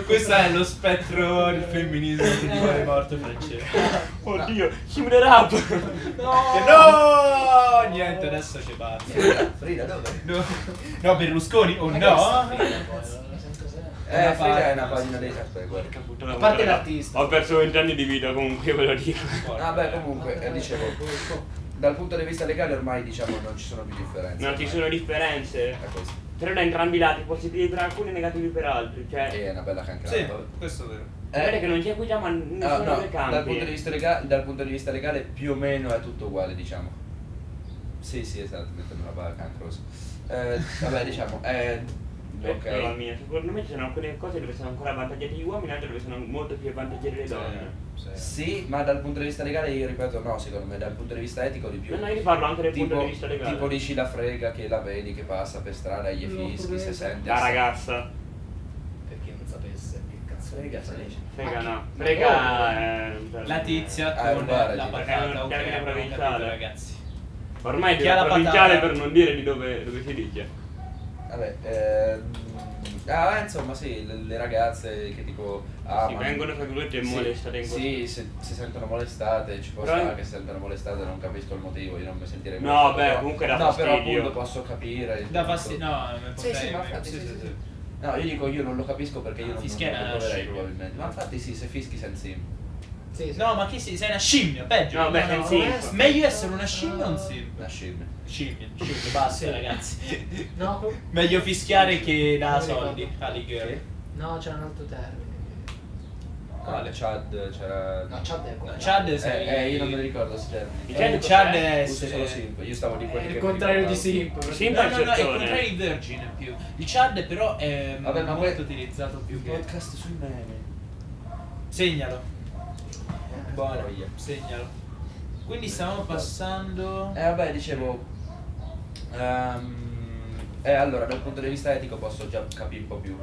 [SPEAKER 1] Questo è lo spettro del femminismo che ti vuole morto Francesco.
[SPEAKER 2] Ah.
[SPEAKER 3] Oddio, Human Rap!
[SPEAKER 2] Oh!
[SPEAKER 1] No! Niente, adesso ci basta.
[SPEAKER 2] Frida, Frida dove?
[SPEAKER 1] No, no Berlusconi o
[SPEAKER 5] Ma che
[SPEAKER 1] no?
[SPEAKER 5] è sta cosa? Lo sento sempre.
[SPEAKER 2] Eh,
[SPEAKER 1] una
[SPEAKER 2] Frida è
[SPEAKER 1] pagina,
[SPEAKER 2] una pagina
[SPEAKER 1] sì.
[SPEAKER 2] dei Casper, guarda.
[SPEAKER 3] A
[SPEAKER 5] parte l'artista.
[SPEAKER 3] Ho perso vent'anni di vita comunque, ve lo dico.
[SPEAKER 2] Ah, beh, comunque, eh, dicevo, dal punto di vista legale ormai diciamo non ci sono più differenze.
[SPEAKER 3] Non ci
[SPEAKER 2] ormai.
[SPEAKER 3] sono differenze.
[SPEAKER 2] È questo.
[SPEAKER 3] Però da entrambi i lati, positivi per alcuni e negativi per altri. Cioè,
[SPEAKER 2] E è una bella cancrata.
[SPEAKER 1] Sì, questo è vero.
[SPEAKER 3] guarda che non c'è equità ma in
[SPEAKER 2] eh. Ah,
[SPEAKER 3] nessuno
[SPEAKER 2] no,
[SPEAKER 3] dei
[SPEAKER 2] dal punto, di
[SPEAKER 3] campi.
[SPEAKER 2] vista legale, dal punto di vista legale più o meno è tutto uguale, diciamo. Sì, sì, esatto, mettendo una barra cancrosa. Eh, vabbè, diciamo, eh,
[SPEAKER 3] per
[SPEAKER 2] Ok.
[SPEAKER 3] la mia. Secondo me ci sono alcune cose dove sono ancora avvantaggiati gli uomini, altre dove sono molto più avvantaggiate le donne.
[SPEAKER 2] Sì, ma dal punto di vista legale io ripeto no, secondo me, dal punto di vista etico di più.
[SPEAKER 3] Ma noi parlo anche dal punto
[SPEAKER 2] Tipo,
[SPEAKER 3] di vista legale.
[SPEAKER 2] tipo dici la frega che la vedi che passa per strada e gli
[SPEAKER 4] No,
[SPEAKER 2] fischi,
[SPEAKER 4] frega.
[SPEAKER 2] se sente.
[SPEAKER 3] La ragazza.
[SPEAKER 5] Per chi non sapesse che cazzo
[SPEAKER 2] Frega,
[SPEAKER 5] cazzo
[SPEAKER 2] frega.
[SPEAKER 5] dice.
[SPEAKER 3] Frega no.
[SPEAKER 1] Oh.
[SPEAKER 3] Frega. eh,
[SPEAKER 1] La tizia
[SPEAKER 2] Ah,
[SPEAKER 1] con
[SPEAKER 2] guarda,
[SPEAKER 1] la
[SPEAKER 2] sì.
[SPEAKER 3] È un
[SPEAKER 1] patata, ok,
[SPEAKER 3] termine
[SPEAKER 1] abbiamo capito,
[SPEAKER 3] provinciale.
[SPEAKER 1] ragazzi.
[SPEAKER 3] Ormai
[SPEAKER 1] Chi ha la
[SPEAKER 3] è provinciale
[SPEAKER 1] patata?
[SPEAKER 3] per non dire di dove, dove si dice.
[SPEAKER 2] Vabbè, ehm, ah, insomma, sì, le, le ragazze che tipo amano.
[SPEAKER 3] vengono, tra virgolette, molestate in questo-
[SPEAKER 2] Ah, Sì, se, si sentono molestate, ci posso
[SPEAKER 3] Però-
[SPEAKER 2] anche sentono molestate, non capisco il motivo, io non mi sentirei
[SPEAKER 3] No,
[SPEAKER 2] molestato,
[SPEAKER 3] beh,
[SPEAKER 2] però-
[SPEAKER 3] comunque dà
[SPEAKER 2] No, però
[SPEAKER 3] fastidio.
[SPEAKER 2] appunto posso capire.
[SPEAKER 1] Da fastidio, no, non
[SPEAKER 2] Sì, sì,
[SPEAKER 1] potrei
[SPEAKER 2] ma
[SPEAKER 1] mai-
[SPEAKER 2] infatti,
[SPEAKER 1] sì,
[SPEAKER 2] sì,
[SPEAKER 1] sì,
[SPEAKER 2] sì.
[SPEAKER 1] sì.
[SPEAKER 2] No, io dico io non lo capisco perché io non, non
[SPEAKER 1] Fischia è
[SPEAKER 2] lo
[SPEAKER 1] una
[SPEAKER 2] proverei
[SPEAKER 1] scimmia.
[SPEAKER 2] probabilmente. Ma infatti sì, se fischi senza
[SPEAKER 5] Sì, sì.
[SPEAKER 1] No, ma che sei? Sei una scimmia, peggio.
[SPEAKER 3] No, beh,
[SPEAKER 5] no,
[SPEAKER 3] sì.
[SPEAKER 5] onesto.
[SPEAKER 1] Meglio essere una scimmia o un
[SPEAKER 2] una
[SPEAKER 1] simp?
[SPEAKER 2] scimmia.
[SPEAKER 1] Scimmia, scimmia, basta ragazzi.
[SPEAKER 5] No,
[SPEAKER 1] Meglio fischiare che da
[SPEAKER 5] Non mi
[SPEAKER 1] soldi
[SPEAKER 5] ricordo.
[SPEAKER 1] alle girl.
[SPEAKER 5] no, c'è un altro termine.
[SPEAKER 2] Quale? Chad c'era.
[SPEAKER 5] No, Chad è quello.
[SPEAKER 1] Chad è-
[SPEAKER 2] Eh, eh, io non me lo ricordo se
[SPEAKER 3] Il
[SPEAKER 1] Eh,
[SPEAKER 3] Chad
[SPEAKER 1] il
[SPEAKER 3] cos'è?
[SPEAKER 1] Chad è
[SPEAKER 2] Uso solo
[SPEAKER 1] essere...
[SPEAKER 2] simp, eh, io stavo
[SPEAKER 4] Eh,
[SPEAKER 2] di quelli
[SPEAKER 5] È
[SPEAKER 2] che
[SPEAKER 5] il
[SPEAKER 2] mi
[SPEAKER 5] contrario di
[SPEAKER 2] ricordavo.
[SPEAKER 5] Simp.
[SPEAKER 3] Sì.
[SPEAKER 1] No, no, no, è il
[SPEAKER 3] Percezione.
[SPEAKER 1] contrario di Virgin più. Il Chad però è mm,
[SPEAKER 2] Vabbè, ma
[SPEAKER 1] molto
[SPEAKER 2] que-
[SPEAKER 1] utilizzato più
[SPEAKER 2] Il
[SPEAKER 1] che...
[SPEAKER 2] podcast sui meme.
[SPEAKER 1] Segnalo,
[SPEAKER 2] Buona
[SPEAKER 1] segnalo. Quindi stavamo passando...
[SPEAKER 2] Eh vabbè, dicevo. ehm, eh, allora, dal punto di vista etico posso già capire un po' più.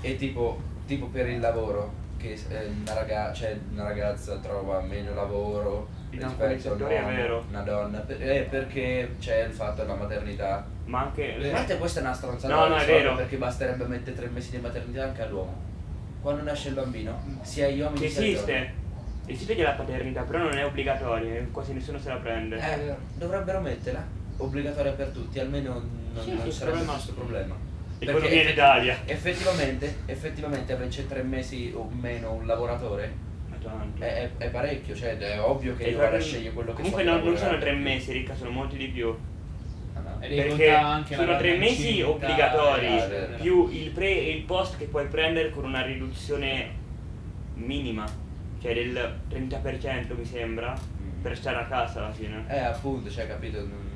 [SPEAKER 2] E tipo, tipo per il lavoro, che eh, una, raga- cioè, una ragazza trova meno lavoro
[SPEAKER 3] In alcuni
[SPEAKER 2] rispetto a un
[SPEAKER 3] settori è
[SPEAKER 2] uomo,
[SPEAKER 3] vero.
[SPEAKER 2] una donna. Per- eh, perché c'è il fatto della maternità.
[SPEAKER 3] Ma anche.
[SPEAKER 2] A parte questa è una stronzata. cioè,
[SPEAKER 3] No, no, è vero.
[SPEAKER 2] Perché basterebbe mettere tre mesi di maternità anche all'uomo. Quando nasce il bambino, sia gli uomini che le donne.
[SPEAKER 3] Esiste. Esiste che la paternità, però non è obbligatoria, e quasi nessuno se la prende.
[SPEAKER 5] È
[SPEAKER 2] Eh,
[SPEAKER 5] vero.
[SPEAKER 2] dovrebbero metterla obbligatoria per tutti, almeno non,
[SPEAKER 3] Sì,
[SPEAKER 2] non
[SPEAKER 3] sì,
[SPEAKER 2] sarebbe
[SPEAKER 3] problema.
[SPEAKER 2] questo problema.
[SPEAKER 3] E
[SPEAKER 2] Perché
[SPEAKER 3] quello viene in
[SPEAKER 2] effetti-
[SPEAKER 3] Italia.
[SPEAKER 2] Effettivamente, effettivamente invece tre mesi o meno un lavoratore
[SPEAKER 3] Ma tanto.
[SPEAKER 2] è, è- è parecchio, cioè è ovvio che
[SPEAKER 3] E
[SPEAKER 2] io vado a
[SPEAKER 3] proprio-
[SPEAKER 2] scegliere quello che
[SPEAKER 3] Comunque
[SPEAKER 2] so
[SPEAKER 3] no,
[SPEAKER 2] di
[SPEAKER 3] non
[SPEAKER 2] lavorare.
[SPEAKER 3] sono tre mesi, ricca, sono molti di più.
[SPEAKER 2] Ah, no.
[SPEAKER 1] E
[SPEAKER 3] Perché
[SPEAKER 1] riconta anche la eh,
[SPEAKER 3] sono tre
[SPEAKER 1] donna
[SPEAKER 3] mesi
[SPEAKER 1] incinta,
[SPEAKER 3] obbligatori,
[SPEAKER 1] eccetera.
[SPEAKER 3] Più il pre e il post che puoi prendere con una riduzione minima, cioè del 30% mi sembra,
[SPEAKER 2] Mm.
[SPEAKER 3] per stare a casa alla fine.
[SPEAKER 2] Eh, appunto, cioè, capito? non-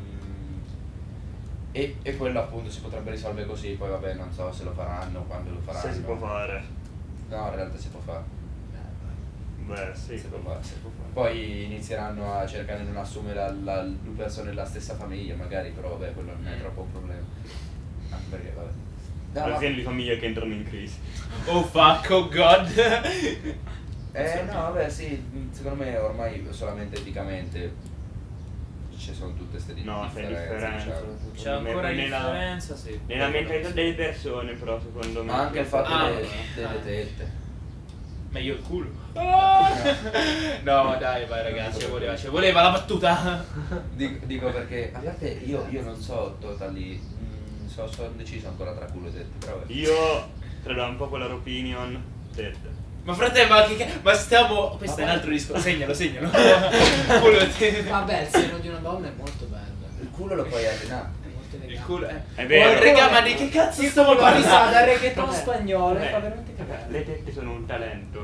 [SPEAKER 2] E, e quello appunto si potrebbe risolvere così, poi vabbè, non so se lo faranno, quando lo faranno.
[SPEAKER 3] Se si può fare.
[SPEAKER 2] No, in realtà si può fare.
[SPEAKER 3] Beh, sì.
[SPEAKER 2] si può fare, si può fare. Poi inizieranno a cercare di non assumere la- la- due persone della stessa famiglia, magari, però vabbè, quello
[SPEAKER 3] Mm.
[SPEAKER 2] non è troppo un problema. Anche perché, vabbè. No, ma-
[SPEAKER 3] Aziende di famiglia che entrano in crisi.
[SPEAKER 1] Oh fuck, oh god.
[SPEAKER 2] Eh no, vabbè sì, mh, secondo me ormai solamente eticamente ci sono tutte queste di-
[SPEAKER 3] No, c'è
[SPEAKER 2] differenze.
[SPEAKER 3] differenza.
[SPEAKER 2] diciamo.
[SPEAKER 1] C'è
[SPEAKER 3] secondo me.
[SPEAKER 1] ancora
[SPEAKER 3] Poi
[SPEAKER 1] differenza, sì.
[SPEAKER 3] Nella mentalità delle persone, però, secondo me.
[SPEAKER 2] Ma anche il fatto
[SPEAKER 1] Ah,
[SPEAKER 2] delle,
[SPEAKER 1] ok.
[SPEAKER 2] delle
[SPEAKER 1] Ah.
[SPEAKER 2] tette.
[SPEAKER 1] Meglio il culo. No, dai, vai ragazzi, ci voleva, ci voleva la battuta.
[SPEAKER 2] Dico, dico perché, a parte io, io non so totali, mm, so, sono deciso ancora tra culo e tette, però vabbè.
[SPEAKER 3] Io credo un po' con la loro opinion tette.
[SPEAKER 1] Ma frate, ma che ca- ma stiamo questo è un altro discorso. Segnalo, segnalo. Culo e tette.
[SPEAKER 5] Eh, Vabbè, il seno di una donna è molto bello.
[SPEAKER 2] Il culo lo puoi allenare.
[SPEAKER 5] È molto elegante.
[SPEAKER 1] Il culo eh.
[SPEAKER 3] È vero.
[SPEAKER 1] Oh, raga, ma di che cazzo stiamo
[SPEAKER 4] La risata, il
[SPEAKER 1] parlando?
[SPEAKER 4] reggaeton
[SPEAKER 5] Vabbè.
[SPEAKER 4] spagnolo
[SPEAKER 3] Beh,
[SPEAKER 4] fa veramente
[SPEAKER 3] Le
[SPEAKER 4] cagare.
[SPEAKER 3] tette sono un talento.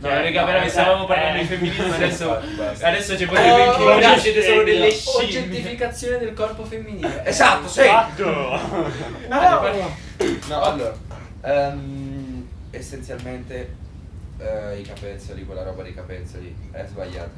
[SPEAKER 3] Cioè, esatto,
[SPEAKER 1] No, raga, veramente stavamo
[SPEAKER 3] eh.
[SPEAKER 1] parlando di femminismo adesso
[SPEAKER 2] Basta.
[SPEAKER 1] adesso ci potrebbe
[SPEAKER 4] Oh,
[SPEAKER 1] incriminare,
[SPEAKER 3] oggi
[SPEAKER 1] siete solo
[SPEAKER 3] sveglia.
[SPEAKER 1] delle scimmie.
[SPEAKER 4] Oggettificazione del corpo femminile.
[SPEAKER 2] Esatto, sì.
[SPEAKER 1] Esatto.
[SPEAKER 3] Fatto!
[SPEAKER 4] No.
[SPEAKER 2] No, allora, ehm, essenzialmente eh, i capezzoli, quella roba dei capezzoli, è sbagliata.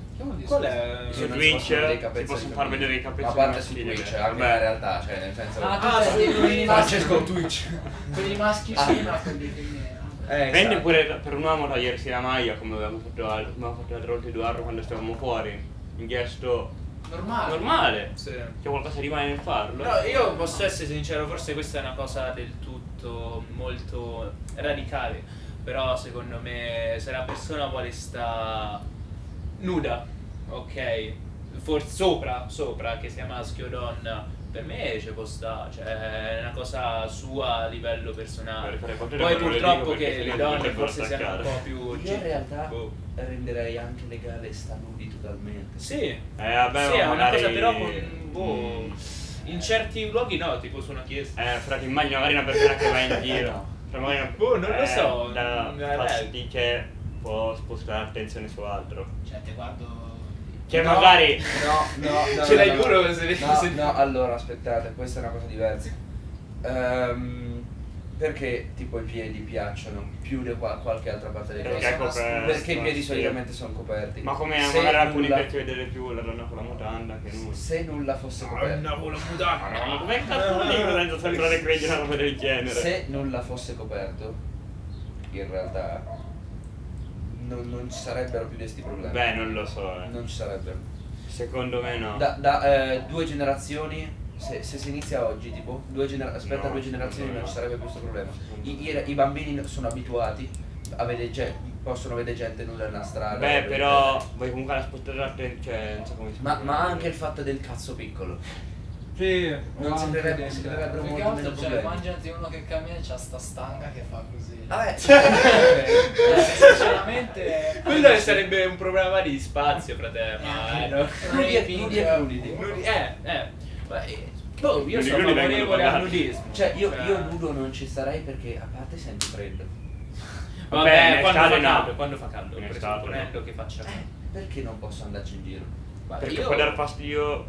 [SPEAKER 1] Qual è?
[SPEAKER 3] Su
[SPEAKER 2] Io non
[SPEAKER 3] Twitch
[SPEAKER 2] si possono vedere i
[SPEAKER 3] si
[SPEAKER 2] capezzoli femminili.
[SPEAKER 3] possono far vedere i capezzoli
[SPEAKER 2] Ma a parte su
[SPEAKER 3] maschili,
[SPEAKER 2] Twitch,
[SPEAKER 3] beh.
[SPEAKER 2] anche
[SPEAKER 3] Vabbè.
[SPEAKER 2] in realtà, cioè nel senso...
[SPEAKER 5] Ah, tu
[SPEAKER 1] Ah,
[SPEAKER 5] sei
[SPEAKER 1] sì,
[SPEAKER 5] quelli
[SPEAKER 2] Francesco
[SPEAKER 5] maschi-
[SPEAKER 2] Twitch.
[SPEAKER 5] Quelli maschi
[SPEAKER 2] Ah.
[SPEAKER 5] sì, ma quelli femminili.
[SPEAKER 2] Eh,
[SPEAKER 3] Vende
[SPEAKER 2] esatto.
[SPEAKER 3] pure per un uomo togliersi la maglia come avevamo fatto, al- abbiamo fatto l'altra volta Edoardo quando stavamo fuori. Un gesto
[SPEAKER 5] Normale.
[SPEAKER 3] "Ah, normale.
[SPEAKER 1] Sì.
[SPEAKER 3] C'è qualcosa di male nel farlo.
[SPEAKER 1] No, io posso essere sincero, forse questa è una cosa del tutto molto radicale, però secondo me se la persona vuole sta nuda, ok, forse sopra, sopra, che sia maschio o donna, per me ci può sta, cioè è una cosa sua a livello personale.
[SPEAKER 3] Per- per- per-
[SPEAKER 1] Poi
[SPEAKER 3] per-
[SPEAKER 1] purtroppo
[SPEAKER 3] per-
[SPEAKER 1] che
[SPEAKER 3] per-
[SPEAKER 1] le
[SPEAKER 3] per-
[SPEAKER 1] donne
[SPEAKER 3] per-
[SPEAKER 1] forse
[SPEAKER 3] per-
[SPEAKER 1] siano un po'
[SPEAKER 3] attaccare.
[SPEAKER 1] più...
[SPEAKER 2] Io in realtà
[SPEAKER 1] boh.
[SPEAKER 2] renderei anche legale sta nudi totalmente.
[SPEAKER 1] Sì,
[SPEAKER 3] Eh, vabbè,
[SPEAKER 1] sì, è una
[SPEAKER 3] magari-
[SPEAKER 1] cosa però con... Boh, in certi luoghi no, tipo su una chiesa.
[SPEAKER 3] Eh, frate, immagino magari una persona che va in giro. Cioè, magari una-
[SPEAKER 1] Boh, non lo
[SPEAKER 3] eh,
[SPEAKER 1] so,
[SPEAKER 3] Da
[SPEAKER 1] non-
[SPEAKER 3] farsi che può spostare l'attenzione su altro.
[SPEAKER 5] Cioè, te guardo...
[SPEAKER 3] Che
[SPEAKER 2] No,
[SPEAKER 3] magari.
[SPEAKER 2] No, no, no.
[SPEAKER 1] Ce
[SPEAKER 2] no,
[SPEAKER 1] l'hai
[SPEAKER 2] no,
[SPEAKER 1] duro
[SPEAKER 2] no.
[SPEAKER 1] se-
[SPEAKER 2] No,
[SPEAKER 1] se-
[SPEAKER 2] no, allora, aspettate, questa è una cosa diversa. Ehm, Perché tipo i piedi piacciono più di qua- qualche altra parte del
[SPEAKER 3] Perché, è
[SPEAKER 2] corpo?
[SPEAKER 5] cosa-
[SPEAKER 3] coperto,
[SPEAKER 2] Perché i piedi
[SPEAKER 3] sì.
[SPEAKER 2] solitamente sono coperti.
[SPEAKER 3] Ma come
[SPEAKER 2] Se
[SPEAKER 3] magari alcuni
[SPEAKER 2] nulla-
[SPEAKER 3] piace vedere più la donna con la mutanda che nulla. Ah,
[SPEAKER 2] Se nulla fosse coperto.
[SPEAKER 1] Andiamo con la mutanda.
[SPEAKER 3] Ma come cazzo vuol dire senza
[SPEAKER 1] Ah.
[SPEAKER 3] sembrare crazy una roba del genere?
[SPEAKER 2] Se nulla fosse coperto, in realtà non, non ci sarebbero più questi problemi.
[SPEAKER 3] Beh, non lo so, eh.
[SPEAKER 2] Non ci sarebbero.
[SPEAKER 3] Secondo me no.
[SPEAKER 2] Da, da, eh, due generazioni, se, se si inizia oggi, tipo, due genera- aspetta
[SPEAKER 3] No,
[SPEAKER 2] due generazioni
[SPEAKER 3] secondo me
[SPEAKER 2] non ci
[SPEAKER 3] no.
[SPEAKER 2] sarebbe questo problema. I, i- i bambini sono abituati a vedere gente, possono vedere gente nuda nella strada.
[SPEAKER 3] Beh,
[SPEAKER 2] robe
[SPEAKER 3] però
[SPEAKER 2] del genere.
[SPEAKER 3] voi comunque la spostare cioè, non so come si
[SPEAKER 2] Ma,
[SPEAKER 3] può
[SPEAKER 2] ma
[SPEAKER 3] dire.
[SPEAKER 2] anche il fatto del cazzo piccolo.
[SPEAKER 5] Sì,
[SPEAKER 2] Non
[SPEAKER 5] no,
[SPEAKER 2] si
[SPEAKER 5] anche
[SPEAKER 2] creerebbe-
[SPEAKER 5] del-
[SPEAKER 2] si creerebbero
[SPEAKER 5] Più che
[SPEAKER 2] molto meno
[SPEAKER 5] altro, cioè,
[SPEAKER 2] problemi.
[SPEAKER 5] immaginati uno che cammina e c'ha sta stanga che fa così.
[SPEAKER 2] Ah, beh,
[SPEAKER 3] Cioè,
[SPEAKER 5] Eh, sinceramente...
[SPEAKER 1] Quello sarebbe un problema di spazio, frate. Ma
[SPEAKER 5] Eh,
[SPEAKER 1] eh, no.
[SPEAKER 2] Nudi e- nudi e crudi.
[SPEAKER 1] Nudi- eh, eh. Ma, eh, boh, io
[SPEAKER 3] Nudi
[SPEAKER 1] sono
[SPEAKER 3] crudi vengono
[SPEAKER 1] favorevole al
[SPEAKER 3] pagati.
[SPEAKER 1] nudismo.
[SPEAKER 2] Cioè, io, io nudo non ci sarei perché a parte sento freddo.
[SPEAKER 1] Vabbè,
[SPEAKER 3] in
[SPEAKER 1] quando fa
[SPEAKER 3] estate no.
[SPEAKER 1] caldo, quando fa caldo,
[SPEAKER 3] In
[SPEAKER 1] per
[SPEAKER 3] estate
[SPEAKER 1] esempio,
[SPEAKER 3] no.
[SPEAKER 1] ponendo che faccia
[SPEAKER 2] Eh, perché non posso andarci in giro?
[SPEAKER 1] Ma
[SPEAKER 3] Perché
[SPEAKER 1] io-
[SPEAKER 3] può dar fastidio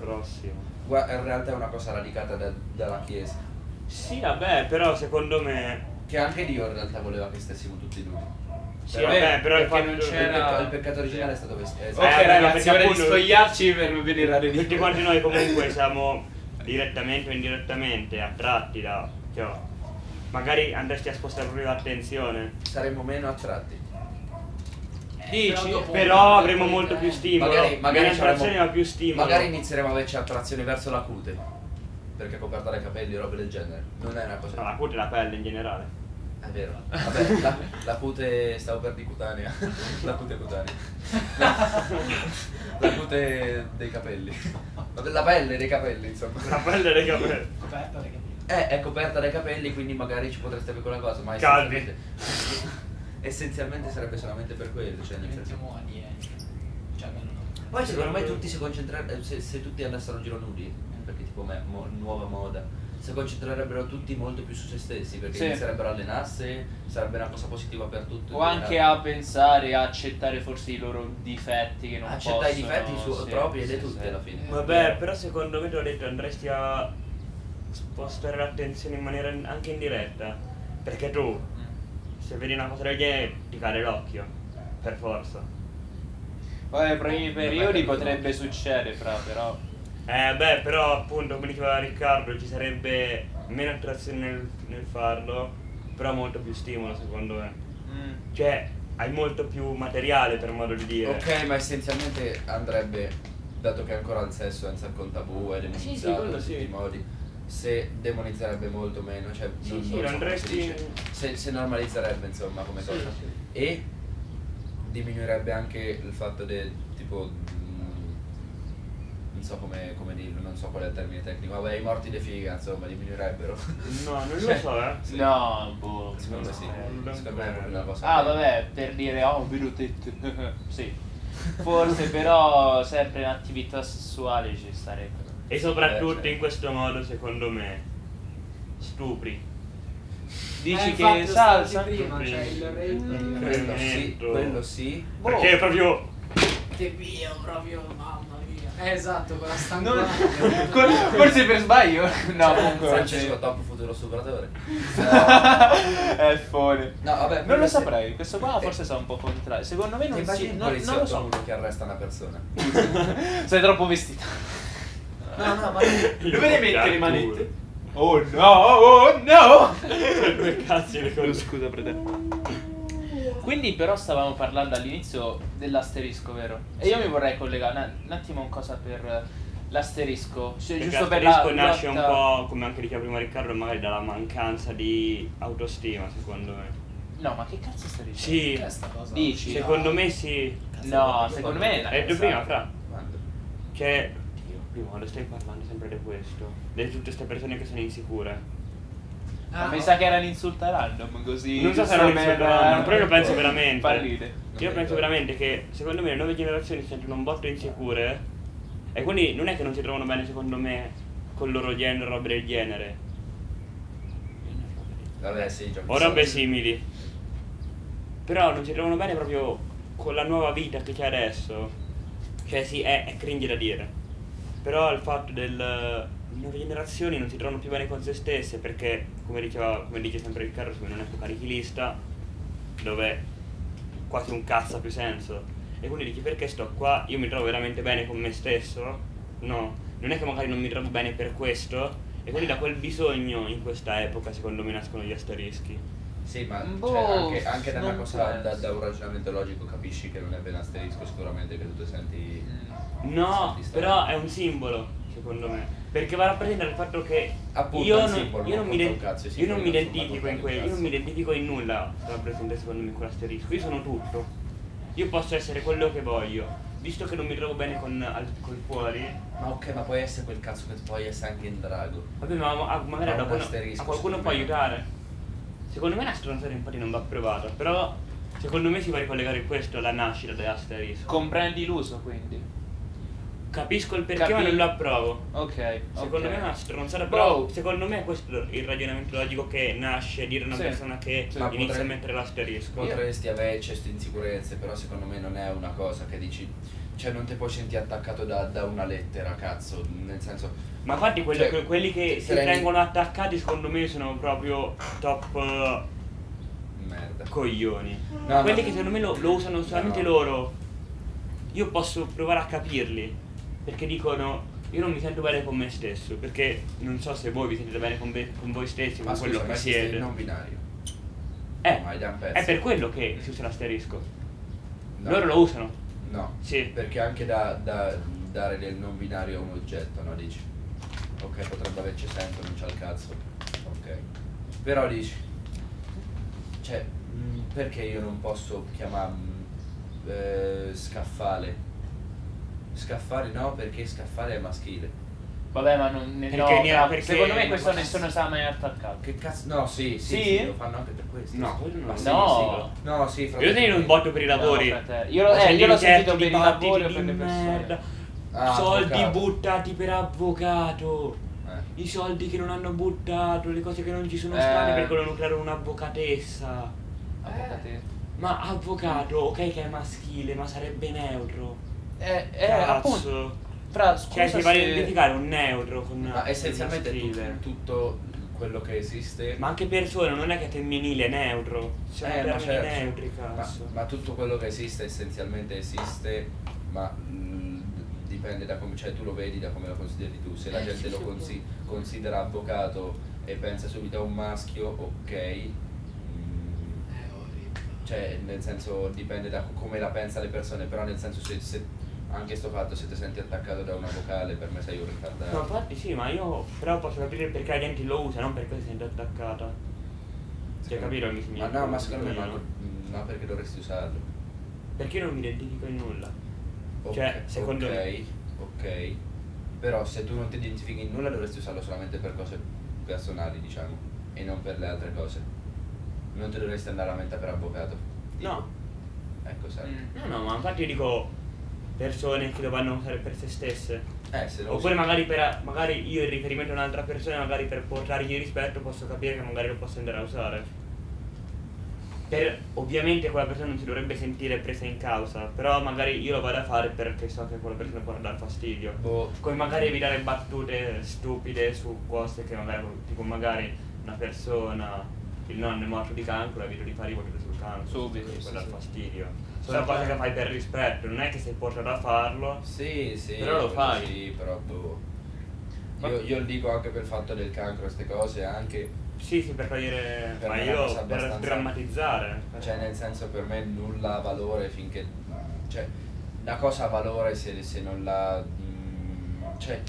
[SPEAKER 3] prossimo.
[SPEAKER 2] Gua- in realtà è una cosa radicata da- dalla Chiesa.
[SPEAKER 3] Sì, vabbè, però secondo me...
[SPEAKER 2] Che anche Dio in realtà voleva che stessimo tutti nudi.
[SPEAKER 3] Sì,
[SPEAKER 1] Però-
[SPEAKER 3] vabbè, però il
[SPEAKER 1] perché
[SPEAKER 3] fatto
[SPEAKER 1] non
[SPEAKER 2] Il,
[SPEAKER 1] c'era-
[SPEAKER 2] pecca- il peccato originale è stato questo.
[SPEAKER 1] Ok,
[SPEAKER 3] Eh, vabbè,
[SPEAKER 1] ragazzi,
[SPEAKER 3] perché
[SPEAKER 1] ora di
[SPEAKER 3] appunto-
[SPEAKER 1] spogliarci per venire a
[SPEAKER 3] Tutti
[SPEAKER 1] ridere.
[SPEAKER 3] quanti noi comunque siamo direttamente o indirettamente attratti da... Cioè, magari andresti a spostare proprio l'attenzione.
[SPEAKER 2] Saremmo meno attratti.
[SPEAKER 1] Dici?
[SPEAKER 2] Oh,
[SPEAKER 5] dopo-
[SPEAKER 3] Però avremo molto più stimolo.
[SPEAKER 2] Magari, magari,
[SPEAKER 3] Meno
[SPEAKER 2] saremmo-
[SPEAKER 3] attrazione, ma più stimolo.
[SPEAKER 2] magari inizieremo a averci attrazione verso la cute. Perché coperta dai capelli e robe del genere. Non è una cosa.
[SPEAKER 3] No, la cute e la pelle in generale.
[SPEAKER 2] È vero. Vabbè, la, la cute stavo per di cutanea. La cute cutanea. La cute dei capelli. Vabbè, La pelle dei capelli, insomma.
[SPEAKER 3] La pelle e le capelli.
[SPEAKER 5] Aspetta, perché-
[SPEAKER 2] Eh, è coperta dai capelli, quindi magari ci potreste avere quella cosa, ma
[SPEAKER 3] Calvi.
[SPEAKER 2] essenzialmente, essenzialmente sarebbe solamente per quello, cioè nel
[SPEAKER 5] Diventiamo
[SPEAKER 2] senso.
[SPEAKER 5] umani, eh. Cioè, almeno no.
[SPEAKER 2] Poi secondo me tutti si concentrerebbero, se, se tutti andassero in giro nudi, eh, perché tipo me, mo- nuova moda, si concentrerebbero tutti molto più su se stessi, perché
[SPEAKER 1] Sì.
[SPEAKER 2] inizierebbero a allenarsi, sarebbe una cosa positiva per tutti.
[SPEAKER 1] O anche a pensare, a accettare forse i loro difetti che non
[SPEAKER 2] accettare i
[SPEAKER 1] possono,
[SPEAKER 2] difetti su-
[SPEAKER 1] sì,
[SPEAKER 2] propri ed
[SPEAKER 1] sì,
[SPEAKER 2] è tutti
[SPEAKER 1] sì.
[SPEAKER 2] alla fine.
[SPEAKER 3] Vabbè, però secondo me, te l'ho detto, andresti a spostare l'attenzione in maniera in- anche indiretta. Perché tu,
[SPEAKER 1] Mm.
[SPEAKER 3] se vedi una cosa del genere, ti cade l'occhio. Per forza.
[SPEAKER 1] Poi nei primi
[SPEAKER 2] capito,
[SPEAKER 1] periodi
[SPEAKER 2] no?
[SPEAKER 1] potrebbe succedere, fra, però.
[SPEAKER 3] Eh beh, però appunto, come diceva Riccardo, ci sarebbe meno attrazione nel, nel farlo, però molto più stimolo, secondo me.
[SPEAKER 1] Mm.
[SPEAKER 3] Cioè, hai molto più materiale, per modo di dire.
[SPEAKER 2] Ok, ma essenzialmente andrebbe, dato che ancora il sesso è un sacco un tabù, è demonizzato
[SPEAKER 3] Sì, sì, quello
[SPEAKER 2] in tutti
[SPEAKER 3] sì.
[SPEAKER 2] i modi, se demonizzerebbe molto meno, cioè
[SPEAKER 3] Sì,
[SPEAKER 2] non, non
[SPEAKER 3] sì,
[SPEAKER 2] so
[SPEAKER 3] lo
[SPEAKER 2] come si
[SPEAKER 3] andresti-
[SPEAKER 2] dice. se, se normalizzerebbe insomma come
[SPEAKER 3] Sì,
[SPEAKER 2] cosa.
[SPEAKER 3] sì.
[SPEAKER 2] E diminuirebbe anche il fatto del tipo... mm, Non so come, come dirlo, non so qual è il termine tecnico, vabbè i morti de figa insomma diminuirebbero.
[SPEAKER 3] No, non lo
[SPEAKER 2] Cioè,
[SPEAKER 3] so, eh.
[SPEAKER 2] Sì.
[SPEAKER 1] No, boh.
[SPEAKER 2] Secondo me sì,
[SPEAKER 3] Eh,
[SPEAKER 2] secondo me è proprio una cosa...
[SPEAKER 1] Ah,
[SPEAKER 2] che-
[SPEAKER 1] vabbè, per dire, oh, un vedo tetto. sì. Forse però sempre in attività sessuale ci starebbe.
[SPEAKER 3] E soprattutto
[SPEAKER 2] Eh, cioè.
[SPEAKER 3] in questo modo, secondo me, stupri.
[SPEAKER 1] Dici
[SPEAKER 5] Eh, infatti,
[SPEAKER 1] che
[SPEAKER 5] lo
[SPEAKER 1] salsa?
[SPEAKER 5] stavi prima, cioè il
[SPEAKER 3] Mm.
[SPEAKER 5] rape.
[SPEAKER 2] Quello sì,
[SPEAKER 3] Tremendo.
[SPEAKER 2] quello sì.
[SPEAKER 1] Boh.
[SPEAKER 3] Perché è proprio
[SPEAKER 5] Te pio proprio, mamma mia. Eh, esatto, quella stanga.
[SPEAKER 1] Non- Col- Forse per sbaglio? No, comunque.
[SPEAKER 2] Francesco Top futuro superatore.
[SPEAKER 1] È fone.
[SPEAKER 2] No, vabbè,
[SPEAKER 1] Non lo
[SPEAKER 2] quello sì.
[SPEAKER 1] saprei, questo qua
[SPEAKER 2] Eh.
[SPEAKER 1] forse sa un po' contrario. Secondo me
[SPEAKER 2] Ti
[SPEAKER 1] non
[SPEAKER 2] immagini
[SPEAKER 1] si.
[SPEAKER 2] un
[SPEAKER 1] Non, non lo
[SPEAKER 2] poliziotto
[SPEAKER 1] so.
[SPEAKER 2] uno che arresta una persona?
[SPEAKER 1] Sei troppo vestito.
[SPEAKER 2] No, no, ma
[SPEAKER 1] Dove le metti le
[SPEAKER 3] Arturo.
[SPEAKER 1] manette? Oh no, oh no!
[SPEAKER 3] due cazzi le cose.
[SPEAKER 1] scusa, fratello. Quindi però stavamo parlando all'inizio dell'asterisco, vero? E io mi vorrei collegare un- un attimo un cosa per eh, l'asterisco. Cioè,
[SPEAKER 3] Perché
[SPEAKER 1] giusto per la
[SPEAKER 3] l'asterisco nasce un
[SPEAKER 1] lotta-
[SPEAKER 3] po', come anche diceva prima Riccardo, magari dalla mancanza di autostima, secondo me.
[SPEAKER 1] No, ma che cazzo asterisco?
[SPEAKER 3] Sì,
[SPEAKER 5] Che è sta cosa?
[SPEAKER 1] Dici?
[SPEAKER 3] Cioè, secondo me sì.
[SPEAKER 1] No, secondo me è una
[SPEAKER 3] Hai detto
[SPEAKER 1] cazzata.
[SPEAKER 3] prima, fra. Cioè, Dio, prima quando stai parlando sempre di questo, di tutte queste persone che sono insicure.
[SPEAKER 1] Ma
[SPEAKER 5] Ah,
[SPEAKER 1] mi
[SPEAKER 5] no.
[SPEAKER 1] sa che era un insulta random così.
[SPEAKER 3] Non so se
[SPEAKER 1] giusto
[SPEAKER 3] non
[SPEAKER 1] per-
[SPEAKER 3] però io penso veramente.
[SPEAKER 1] ecco. Fa ridere.
[SPEAKER 3] Io penso veramente che secondo me le nuove generazioni si sentono un botto insicure e quindi non è che non si trovano bene secondo me col loro genere, robe del genere.
[SPEAKER 2] Vabbè, sì, giochi
[SPEAKER 3] o robe simili. Però non si trovano bene proprio con la nuova vita che c'è adesso. Cioè sì, è, è cringe da dire. Però il fatto del le nuove generazioni non si trovano più bene con se stesse perché, come, diceva, come dice sempre Riccardo, siamo in un'epoca nichilista dove quasi un cazzo ha più senso. E quindi dici perché sto qua? Io mi trovo veramente bene con me stesso? No, non è che magari non mi trovo bene per questo. E quindi da quel bisogno in questa epoca secondo me nascono gli asterischi.
[SPEAKER 2] Sì, ma
[SPEAKER 1] Boh,
[SPEAKER 2] cioè, anche, anche da una
[SPEAKER 1] non
[SPEAKER 2] cosa da,
[SPEAKER 1] penso.
[SPEAKER 2] da un ragionamento logico capisci che non è ben asterisco sicuramente che tu ti senti.
[SPEAKER 1] Mm,
[SPEAKER 3] No,
[SPEAKER 2] Sì, sta
[SPEAKER 3] però
[SPEAKER 2] bene.
[SPEAKER 3] è un simbolo, secondo me. Perché va a rappresentare il fatto che
[SPEAKER 2] Appunto,
[SPEAKER 3] io
[SPEAKER 2] è un
[SPEAKER 3] non,
[SPEAKER 2] simbolo,
[SPEAKER 3] io non
[SPEAKER 2] non
[SPEAKER 3] mi,
[SPEAKER 2] conta
[SPEAKER 3] ident-
[SPEAKER 2] un cazzo, i
[SPEAKER 3] io non mi
[SPEAKER 2] simboli non sono
[SPEAKER 3] identifico in
[SPEAKER 2] mai contati
[SPEAKER 3] quello,
[SPEAKER 2] un
[SPEAKER 3] io non mi
[SPEAKER 2] cazzo.
[SPEAKER 3] identifico in nulla rappresenta secondo me quell'asterisco, io sono tutto. Io posso essere quello che voglio. Visto che non mi trovo bene con al, col cuore,
[SPEAKER 2] Ma ok, ma puoi essere quel cazzo che puoi essere anche in drago.
[SPEAKER 3] vabbè, ma ma- magari a
[SPEAKER 2] Ma un
[SPEAKER 3] qualcuno,
[SPEAKER 2] asterisco,
[SPEAKER 3] a qualcuno
[SPEAKER 2] secondo
[SPEAKER 3] può
[SPEAKER 2] me.
[SPEAKER 3] aiutare. Secondo me la stronzata infatti non va provata, però secondo me si va a ricollegare questo alla nascita dell'asterisco.
[SPEAKER 1] Comprendi l'uso quindi.
[SPEAKER 3] Capisco il perché, ma
[SPEAKER 1] Capi-
[SPEAKER 3] non lo approvo.
[SPEAKER 1] Ok.
[SPEAKER 3] Secondo
[SPEAKER 1] ok.
[SPEAKER 3] me è una stronzata,
[SPEAKER 1] Bro.
[SPEAKER 3] però secondo me è questo il ragionamento logico che nasce dire a una
[SPEAKER 1] Sì.
[SPEAKER 3] persona che
[SPEAKER 1] Sì.
[SPEAKER 2] Ma
[SPEAKER 3] inizia
[SPEAKER 2] potrei-
[SPEAKER 3] a mettere l'asterisco.
[SPEAKER 2] Potresti averci queste insicurezze, però secondo me non è una cosa che dici. Cioè non ti puoi sentire attaccato da, da una lettera, cazzo. Nel senso.
[SPEAKER 3] Ma infatti quello
[SPEAKER 2] Cioè,
[SPEAKER 3] che- quelli che
[SPEAKER 2] ti
[SPEAKER 3] si
[SPEAKER 2] rendi-
[SPEAKER 3] tengono attaccati secondo me sono proprio top eh,
[SPEAKER 2] Merda.
[SPEAKER 3] coglioni.
[SPEAKER 2] No,
[SPEAKER 3] quelli
[SPEAKER 2] no.
[SPEAKER 3] che secondo me lo, lo usano solamente
[SPEAKER 2] No.
[SPEAKER 3] loro. Io posso provare a capirli. Perché dicono io non mi sento bene con me stesso. Perché non so se voi vi sentite bene con, ve- con voi stessi,
[SPEAKER 2] ma
[SPEAKER 3] con
[SPEAKER 2] scusa,
[SPEAKER 3] quello
[SPEAKER 2] ma
[SPEAKER 3] che
[SPEAKER 2] esiste il
[SPEAKER 3] siete.
[SPEAKER 2] non binario.
[SPEAKER 3] Eh,
[SPEAKER 2] Ma è da un pezzo.
[SPEAKER 3] è per quello che si usa l'asterisco.
[SPEAKER 2] No.
[SPEAKER 3] Loro lo usano.
[SPEAKER 2] No.
[SPEAKER 3] Sì.
[SPEAKER 2] Perché anche da, da dare del non binario a un oggetto, no? Dici. Ok, potrebbe averci senso, non c'ha il cazzo. Ok. Però dici. Cioè, mh, perché io non posso chiamarmi eh, scaffale? Scaffale no, perché scaffale è maschile.
[SPEAKER 1] Vabbè, ma non ne
[SPEAKER 3] Perché
[SPEAKER 1] no,
[SPEAKER 3] ne-
[SPEAKER 1] fra-
[SPEAKER 3] perché-
[SPEAKER 1] secondo me questo nessuno sa mai attaccato.
[SPEAKER 2] Che cazzo? No, sì, sì,
[SPEAKER 1] Sì?
[SPEAKER 2] sì, lo fanno anche per questo.
[SPEAKER 3] No,
[SPEAKER 2] sì.
[SPEAKER 3] quello non
[SPEAKER 2] Ma
[SPEAKER 3] lo
[SPEAKER 2] sì,
[SPEAKER 1] so.
[SPEAKER 2] sì, no, sì, fra
[SPEAKER 3] Io tenere un botto per i lavori.
[SPEAKER 1] No, fratello. Io lo- eh,
[SPEAKER 3] Facendo
[SPEAKER 1] io l'ho
[SPEAKER 3] incerti,
[SPEAKER 1] sentito per i
[SPEAKER 3] dibattiti
[SPEAKER 1] lavori o
[SPEAKER 3] di
[SPEAKER 1] per le persone.
[SPEAKER 3] merda.
[SPEAKER 2] Ah,
[SPEAKER 3] soldi
[SPEAKER 2] avvocato.
[SPEAKER 3] buttati per avvocato.
[SPEAKER 2] Eh.
[SPEAKER 3] I soldi che non hanno buttato, le cose che non ci sono
[SPEAKER 1] Eh.
[SPEAKER 3] state per collocare un'avvocatessa.
[SPEAKER 1] Avvocate.
[SPEAKER 3] Ma avvocato, ok che è maschile, ma sarebbe neutro.
[SPEAKER 1] Eh, eh,
[SPEAKER 3] Cazzo.
[SPEAKER 1] appunto. Fra, scusa
[SPEAKER 3] Cioè si
[SPEAKER 1] se...
[SPEAKER 3] va a identificare un neutro con
[SPEAKER 2] Ma
[SPEAKER 3] il
[SPEAKER 2] essenzialmente tu-
[SPEAKER 3] maschile.
[SPEAKER 2] tutto quello che esiste
[SPEAKER 3] Ma anche persona, non è che è femminile, è neutro. Sono
[SPEAKER 2] Eh, ma
[SPEAKER 3] termini
[SPEAKER 2] certo.
[SPEAKER 3] neutri,
[SPEAKER 2] Ma-
[SPEAKER 3] cazzo.
[SPEAKER 2] ma tutto quello che esiste essenzialmente esiste, ma mh, dipende da come, cioè tu lo vedi da come lo consideri tu. Se la
[SPEAKER 5] Eh,
[SPEAKER 2] gente
[SPEAKER 5] sì,
[SPEAKER 2] lo
[SPEAKER 5] sì,
[SPEAKER 2] consi-
[SPEAKER 5] sì.
[SPEAKER 2] considera avvocato e pensa subito a un maschio, ok. Mm,
[SPEAKER 5] È orribile.
[SPEAKER 2] Cioè, nel senso, dipende da come la pensa le persone, però nel senso se, se- anche sto fatto se ti senti attaccato da una vocale per me sei un
[SPEAKER 3] No,
[SPEAKER 2] ritardato.
[SPEAKER 3] infatti sì, ma io però posso capire perché la gente lo usa, non perché si sente attaccata. Cioè, capire ogni
[SPEAKER 2] Ma
[SPEAKER 3] significato.
[SPEAKER 2] Ah, no, ma secondo me
[SPEAKER 3] io,
[SPEAKER 2] manco- mm, ma perché dovresti usarlo?
[SPEAKER 3] Perché io non mi identifico in nulla.
[SPEAKER 2] Ok,
[SPEAKER 3] Cioè, secondo
[SPEAKER 2] ok,
[SPEAKER 3] me-
[SPEAKER 2] ok. Però se tu non ti identifichi in nulla dovresti usarlo solamente per cose personali, diciamo, e non per le altre cose. Non ti dovresti andare a mente per avvocato. dico.
[SPEAKER 3] No.
[SPEAKER 2] Ecco, sai.
[SPEAKER 1] Mm.
[SPEAKER 3] No, no, ma infatti io dico persone che lo vanno a usare per se stesse.
[SPEAKER 2] Eh, se lo
[SPEAKER 3] Oppure
[SPEAKER 2] usi-
[SPEAKER 3] magari, per, magari io in riferimento a un'altra persona, magari per portargli rispetto posso capire che magari lo posso andare a usare. Per, ovviamente quella persona non si dovrebbe sentire presa in causa, però magari io lo vado a fare perché so che quella persona può dar fastidio.
[SPEAKER 2] Boh.
[SPEAKER 3] Come magari evitare battute stupide su cose che magari, tipo magari una persona, il nonno è morto di cancro, la vedo di fare i battute sul cancro,
[SPEAKER 1] Subito,
[SPEAKER 3] cose che
[SPEAKER 1] sì,
[SPEAKER 3] può dar
[SPEAKER 1] sì.
[SPEAKER 3] fastidio.
[SPEAKER 1] Sì,
[SPEAKER 3] Sono cose
[SPEAKER 1] ma-
[SPEAKER 3] che fai per rispetto, non è che sei portato a farlo.
[SPEAKER 2] Sì, sì.
[SPEAKER 3] Però lo
[SPEAKER 2] quello
[SPEAKER 3] fai.
[SPEAKER 2] Sì, però boh.
[SPEAKER 3] Ma-
[SPEAKER 2] Io, io lo dico anche per il fatto del cancro, queste cose, anche
[SPEAKER 3] Sì, sì, per togliere.
[SPEAKER 2] Per
[SPEAKER 3] ma
[SPEAKER 2] me è una
[SPEAKER 3] io
[SPEAKER 2] cosa
[SPEAKER 3] per
[SPEAKER 2] abbastanza-
[SPEAKER 3] drammatizzare.
[SPEAKER 2] Cioè, nel senso, per me nulla ha valore finché. Cioè, la cosa ha valore se, se non la. mm, Cioè.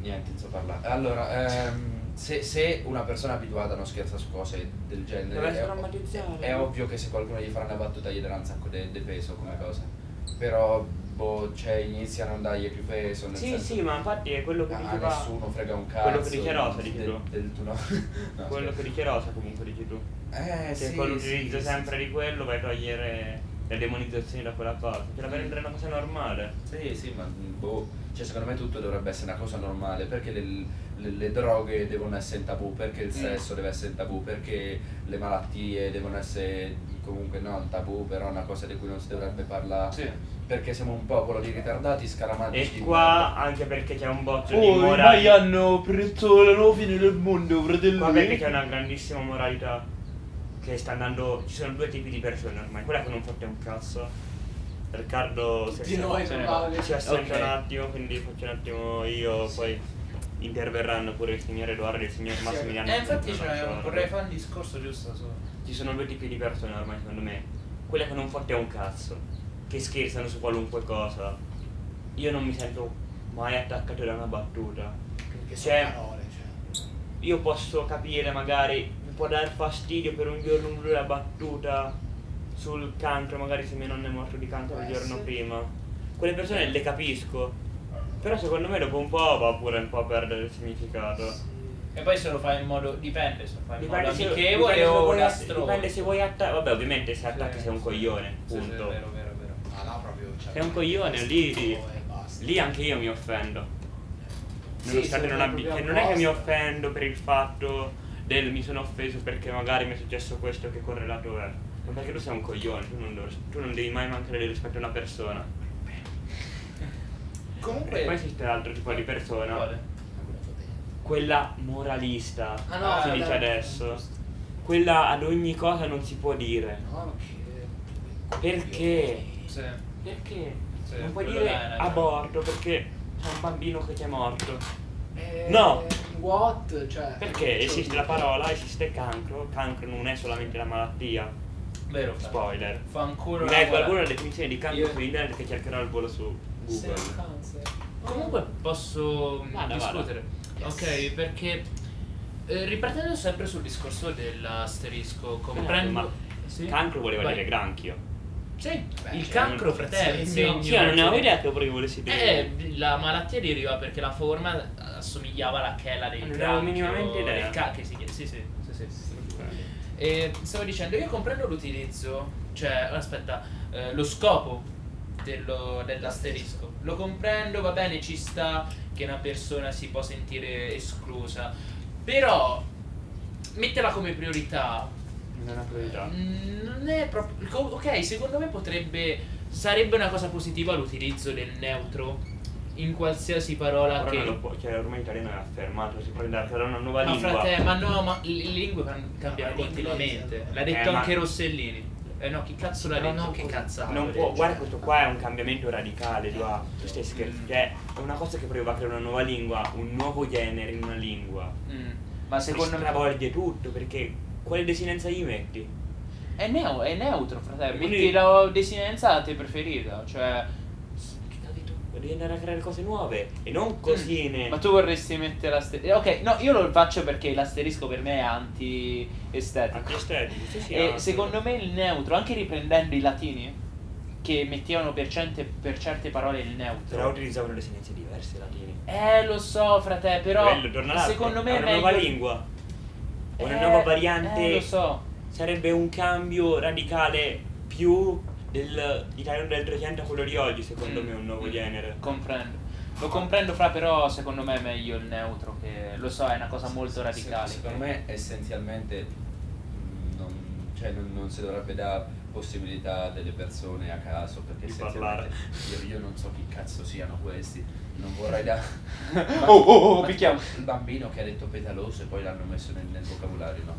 [SPEAKER 2] Niente, non so parlare. Allora, ehm, se, se una persona abituata non scherza su cose del genere.
[SPEAKER 3] Dovresti
[SPEAKER 2] È,
[SPEAKER 3] drammatizzare.
[SPEAKER 2] è ovvio che se qualcuno gli farà una battuta gli darà un sacco di peso come cosa. Però, boh, cioè, inizia a non dargli più peso. Nel
[SPEAKER 3] Sì,
[SPEAKER 2] senso,
[SPEAKER 3] sì, ma infatti è quello che
[SPEAKER 2] A a
[SPEAKER 3] diceva.
[SPEAKER 2] nessuno frega un cazzo.
[SPEAKER 3] Quello che dice Rosa, dici
[SPEAKER 2] del,
[SPEAKER 3] tu.
[SPEAKER 2] del tu no. No,
[SPEAKER 3] Quello
[SPEAKER 2] scusa.
[SPEAKER 3] che dice Rosa comunque dici tu.
[SPEAKER 2] Eh,
[SPEAKER 3] Se
[SPEAKER 2] sì,
[SPEAKER 3] con
[SPEAKER 2] sì,
[SPEAKER 3] l'utilizzo
[SPEAKER 2] sì,
[SPEAKER 3] sempre
[SPEAKER 2] sì.
[SPEAKER 3] di quello vai a togliere la demonizzazione da quella cosa, che
[SPEAKER 2] Mm.
[SPEAKER 3] la per rendere una cosa normale.
[SPEAKER 2] Sì, sì, ma mm, boh, cioè secondo me tutto dovrebbe essere una cosa normale, perché le, le- le droghe devono essere in tabù, perché il
[SPEAKER 1] Mm.
[SPEAKER 2] sesso deve essere in tabù, perché le malattie devono essere comunque non tabù, però è una cosa di cui non si dovrebbe parlare,
[SPEAKER 3] Cioè,
[SPEAKER 1] Sì.
[SPEAKER 2] perché siamo un popolo di ritardati, scaramantici.
[SPEAKER 3] E
[SPEAKER 2] di
[SPEAKER 3] qua anche perché c'è un botto di
[SPEAKER 1] Oh, ormai
[SPEAKER 3] moralità.
[SPEAKER 1] hanno preso la nuova fine del mondo, fratello.
[SPEAKER 3] Qua perché c'è una grandissima moralità che sta andando. Ci sono due tipi di persone ormai, quella che non fotte un cazzo. Riccardo se-
[SPEAKER 4] Di noi,
[SPEAKER 1] se ne
[SPEAKER 4] probabile.
[SPEAKER 5] cioè,
[SPEAKER 3] ci assenta
[SPEAKER 1] Ok.
[SPEAKER 3] un attimo, quindi faccio un attimo io, poi interverranno pure il signor Edoardo e il signor Massimiliano.
[SPEAKER 1] Eh, infatti
[SPEAKER 3] Non so,
[SPEAKER 1] cioè,
[SPEAKER 3] non so.
[SPEAKER 1] vorrei fare un discorso giusto su.
[SPEAKER 3] Ci sono due tipi di persone ormai secondo me. Quella che non fotte un cazzo, che scherzano su qualunque cosa. Io non mi sento mai attaccato da una battuta.
[SPEAKER 5] Perché sono
[SPEAKER 3] Cioè-
[SPEAKER 5] parole, cioè.
[SPEAKER 3] Io posso capire magari, mi può dar fastidio per un giorno o due la battuta sul cancro, magari se mia nonna è morta di cancro
[SPEAKER 5] Può
[SPEAKER 3] il giorno
[SPEAKER 5] essere.
[SPEAKER 3] prima. Quelle persone le capisco, però secondo me dopo un po' va pure un po' a perdere il
[SPEAKER 5] cioè.
[SPEAKER 3] significato.
[SPEAKER 1] E poi se lo fai in modo. dipende se lo fai in modo
[SPEAKER 3] Dipende se,
[SPEAKER 1] amichevole
[SPEAKER 3] dipende se
[SPEAKER 1] o
[SPEAKER 3] vuoi-
[SPEAKER 1] lastro.
[SPEAKER 3] dipende se vuoi attaccare, vabbè ovviamente se attacchi sei un coglione,
[SPEAKER 1] Sì, sì,
[SPEAKER 3] punto.
[SPEAKER 1] vero, vero, vero.
[SPEAKER 5] Ma là proprio. Cioè,
[SPEAKER 3] Sei un coglione, lì,
[SPEAKER 5] E basta.
[SPEAKER 3] lì anche io mi offendo.
[SPEAKER 4] Sì,
[SPEAKER 3] Nonostante
[SPEAKER 4] se
[SPEAKER 3] non
[SPEAKER 4] non
[SPEAKER 3] abbi-
[SPEAKER 4] abbiamo
[SPEAKER 3] cioè, non è che mi
[SPEAKER 4] posto.
[SPEAKER 3] offendo per il fatto del mi sono offeso perché magari mi è successo questo che correlato è. Ma perché tu sei un coglione, tu non, dov- tu non devi mai mancare di rispetto a una persona.
[SPEAKER 1] Eh,
[SPEAKER 2] Comunque,
[SPEAKER 3] E poi esiste l'altro tipo di persona,
[SPEAKER 1] Vuole.
[SPEAKER 3] quella moralista,
[SPEAKER 4] Ah, no,
[SPEAKER 3] si
[SPEAKER 4] eh,
[SPEAKER 3] dice
[SPEAKER 4] dai.
[SPEAKER 3] adesso. Quella ad ogni cosa non si può dire.
[SPEAKER 5] No, che.
[SPEAKER 3] Perché?
[SPEAKER 1] Sì.
[SPEAKER 3] Perché?
[SPEAKER 1] Sì,
[SPEAKER 3] non puoi
[SPEAKER 1] quello
[SPEAKER 3] dire
[SPEAKER 1] là è una-
[SPEAKER 3] aborto perché c'è un bambino che ti è morto.
[SPEAKER 5] Eh,
[SPEAKER 3] No.
[SPEAKER 5] What? Cioè.
[SPEAKER 3] Perché esiste la parola, esiste cancro, cancro non è solamente la malattia.
[SPEAKER 1] Vero. fa-
[SPEAKER 3] Spoiler.
[SPEAKER 1] Fa ancora
[SPEAKER 3] Mi
[SPEAKER 1] una
[SPEAKER 3] dai
[SPEAKER 1] guarda-
[SPEAKER 3] qualcuno la definizione di cancro
[SPEAKER 1] Io-
[SPEAKER 3] su internet che cercherò al volo su
[SPEAKER 4] Sì,
[SPEAKER 3] Google.
[SPEAKER 4] anzi.
[SPEAKER 1] Comunque posso mm,
[SPEAKER 3] Vada, vada.
[SPEAKER 1] discutere. Ok, perché eh, ripartendo sempre sul discorso dell'asterisco, comprendo.
[SPEAKER 3] ma
[SPEAKER 1] Sì?
[SPEAKER 3] Cancro voleva
[SPEAKER 1] Vai.
[SPEAKER 3] dire certo. granchio.
[SPEAKER 1] Sì,
[SPEAKER 5] Beh,
[SPEAKER 1] il
[SPEAKER 5] cioè,
[SPEAKER 1] cancro,
[SPEAKER 3] non-
[SPEAKER 1] fratello.
[SPEAKER 5] sì,
[SPEAKER 1] segno-
[SPEAKER 3] Io non ne avevo idea che proprio volessi dire.
[SPEAKER 1] Eh, la malattia deriva perché la forma assomigliava alla chela del
[SPEAKER 3] Non avevo
[SPEAKER 1] granchio
[SPEAKER 3] minimamente idea.
[SPEAKER 1] del ca- che si chiede- sì, sì, sì, sì, sì. E stavo dicendo, io comprendo l'utilizzo, cioè, aspetta, eh, lo scopo dello- dell'asterisco. Lo comprendo, va bene, ci sta che una persona si può sentire esclusa, però metterla come priorità
[SPEAKER 3] Non è una priorità.
[SPEAKER 1] Mm, Non è proprio. co- Ok, secondo me potrebbe. Sarebbe una cosa positiva l'utilizzo del neutro in qualsiasi parola
[SPEAKER 3] Però
[SPEAKER 1] che.
[SPEAKER 3] non lo può, cioè ormai l'italiano è affermato, si prende da una nuova
[SPEAKER 1] ma
[SPEAKER 3] lingua. Ah,
[SPEAKER 1] frate, ma no, ma le le lingue can- cambiano
[SPEAKER 5] Ma l'inglese,
[SPEAKER 1] continuamente.
[SPEAKER 5] allora.
[SPEAKER 1] L'ha detto
[SPEAKER 3] Eh, ma-
[SPEAKER 1] anche Rossellini. Eh no, chi cazzo l'ha
[SPEAKER 5] Però
[SPEAKER 1] detto?
[SPEAKER 5] non
[SPEAKER 1] Che
[SPEAKER 5] così.
[SPEAKER 1] cazzata.
[SPEAKER 3] Non
[SPEAKER 1] l'ha
[SPEAKER 3] può,
[SPEAKER 1] detto.
[SPEAKER 3] guarda questo qua è un cambiamento radicale, Edoardo. tu stai scherzando, cioè è una cosa che prova a creare una nuova lingua, un nuovo genere in una lingua.
[SPEAKER 1] Mm.
[SPEAKER 3] Ma secondo me travolge tutto perché quale desinenza gli metti?
[SPEAKER 1] È, neo- è neutro, fratello.
[SPEAKER 3] Quindi-
[SPEAKER 1] Metti la desinenza a te preferita. Cioè.
[SPEAKER 3] Devi andare a creare cose nuove e
[SPEAKER 1] Mm.
[SPEAKER 3] non cosine.
[SPEAKER 6] Ma tu vorresti mettere l'asterisco? Ok, no, io lo faccio perché l'asterisco per me è anti-estetico.
[SPEAKER 3] Antiestetico, Ah, sì, ah, sì,
[SPEAKER 6] E
[SPEAKER 3] anche.
[SPEAKER 6] secondo me il neutro, anche riprendendo i latini, che mettevano per certe, per certe parole il
[SPEAKER 3] Però
[SPEAKER 6] neutro.
[SPEAKER 3] utilizzavano le sentenze diverse i latini.
[SPEAKER 6] Eh, lo so, frate, però
[SPEAKER 3] Bello, torna l'altro.
[SPEAKER 6] secondo
[SPEAKER 3] È
[SPEAKER 6] me è
[SPEAKER 3] una
[SPEAKER 6] meglio...
[SPEAKER 3] nuova lingua. Una
[SPEAKER 6] Eh,
[SPEAKER 3] nuova variante.
[SPEAKER 6] Eh, lo so.
[SPEAKER 3] Sarebbe un cambio radicale più dell'italiano del 300 a quello di oggi, secondo
[SPEAKER 6] Mm.
[SPEAKER 3] me, un nuovo
[SPEAKER 6] Mm.
[SPEAKER 3] genere.
[SPEAKER 6] Comprendo. Lo comprendo, fra, però secondo me è meglio il neutro, che lo so, è una cosa molto radicale.
[SPEAKER 2] Secondo me essenzialmente mh, non, cioè, non, non si dovrebbe dare possibilità delle persone a caso perché
[SPEAKER 3] Di
[SPEAKER 2] essenzialmente io, io non so chi cazzo siano questi, non vorrei da...
[SPEAKER 6] Oh, oh, oh,
[SPEAKER 2] Ma-
[SPEAKER 6] picchiamo.
[SPEAKER 2] Il bambino che ha detto petaloso e poi l'hanno messo nel, nel vocabolario, no?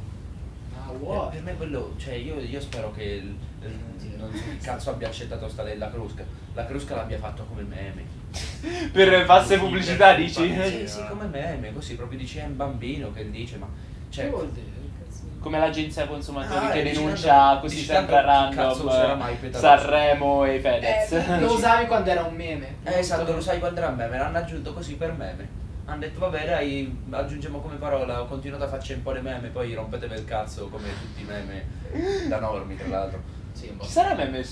[SPEAKER 5] Ah,
[SPEAKER 2] Eh,
[SPEAKER 5] what?
[SPEAKER 2] Per me quello, cioè io, io spero che il- il- non so chi cazzo abbia accettato sta della Crusca, la Crusca l'abbia fatto come meme.
[SPEAKER 6] Per false
[SPEAKER 3] Sì,
[SPEAKER 6] pubblicità,
[SPEAKER 3] per-
[SPEAKER 6] dici?
[SPEAKER 1] Eh,
[SPEAKER 3] Sì,
[SPEAKER 2] Sì, sì,
[SPEAKER 3] no.
[SPEAKER 2] come meme, così proprio dice è un bambino che dice ma...
[SPEAKER 5] Che
[SPEAKER 2] Cioè,
[SPEAKER 3] certo.
[SPEAKER 5] vuol dire?
[SPEAKER 6] Come l'agenzia consumatori
[SPEAKER 2] Ah,
[SPEAKER 6] che
[SPEAKER 2] e dici
[SPEAKER 6] denuncia
[SPEAKER 2] tanto-
[SPEAKER 6] così
[SPEAKER 2] dici
[SPEAKER 6] sempre a
[SPEAKER 2] tanto chi cazzo userà
[SPEAKER 6] random
[SPEAKER 2] mai
[SPEAKER 6] eh,
[SPEAKER 2] Peter
[SPEAKER 6] Sanremo e Fedez.
[SPEAKER 5] Eh, lo usavi quando era un meme.
[SPEAKER 2] Eh, esatto, lo sai quando era meme, l'hanno aggiunto così per meme. Hanno detto, vabbè, dai, aggiungiamo come parola, ho continuato a farci un po' le meme, poi rompetevi il cazzo come tutti i meme da normi, tra l'altro. Sì, un po'.
[SPEAKER 6] Ci sarà meme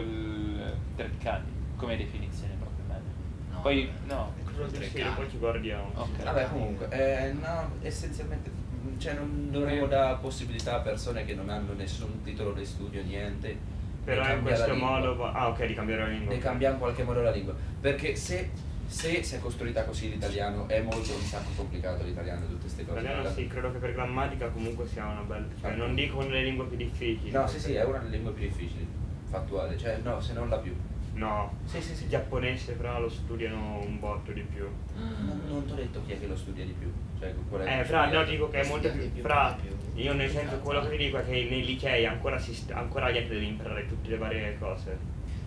[SPEAKER 6] sul Treccani come definizione proprio meme?
[SPEAKER 5] No,
[SPEAKER 6] Poi
[SPEAKER 5] vabbè.
[SPEAKER 6] no.
[SPEAKER 3] Cosa
[SPEAKER 5] Oltre
[SPEAKER 3] sì,
[SPEAKER 5] che-
[SPEAKER 3] poi ci guardiamo.
[SPEAKER 6] ah. Ok.
[SPEAKER 2] Vabbè, comunque, eh, no, essenzialmente, mm, cioè, non dovremmo dare possibilità a persone che non hanno nessun titolo di studio, niente,
[SPEAKER 3] Però in
[SPEAKER 2] cambia la
[SPEAKER 3] questo
[SPEAKER 2] lingua.
[SPEAKER 3] modo. va- Ah, ok, ricambierò la lingua.
[SPEAKER 2] ne cambiamo in qualche modo la lingua. Perché se, se si è costruita così l'italiano, è molto un sacco complicato l'italiano e tutte queste cose.
[SPEAKER 3] L'italiano sì, credo che per grammatica comunque sia una bella. Cioè, non dico una delle lingue più difficili.
[SPEAKER 2] No, sì, sì, è una delle lingue più difficili, fattuale, cioè no, se non la più.
[SPEAKER 3] Mm. No.
[SPEAKER 2] Sì, sì, sì.
[SPEAKER 3] Il giapponese però lo studiano un botto di più.
[SPEAKER 4] Ah.
[SPEAKER 2] Non, non ti ho detto chi è che lo studia di più. Cioè, qual è
[SPEAKER 3] Eh,
[SPEAKER 2] che
[SPEAKER 3] fra,
[SPEAKER 2] studia.
[SPEAKER 3] no, dico che è molto
[SPEAKER 5] Studiate
[SPEAKER 3] più.
[SPEAKER 5] più,
[SPEAKER 3] Fra,
[SPEAKER 5] più.
[SPEAKER 3] io nel senso quello che vi dico è che nei licei ancora, si sta- ancora gli altri devi imparare tutte le varie cose.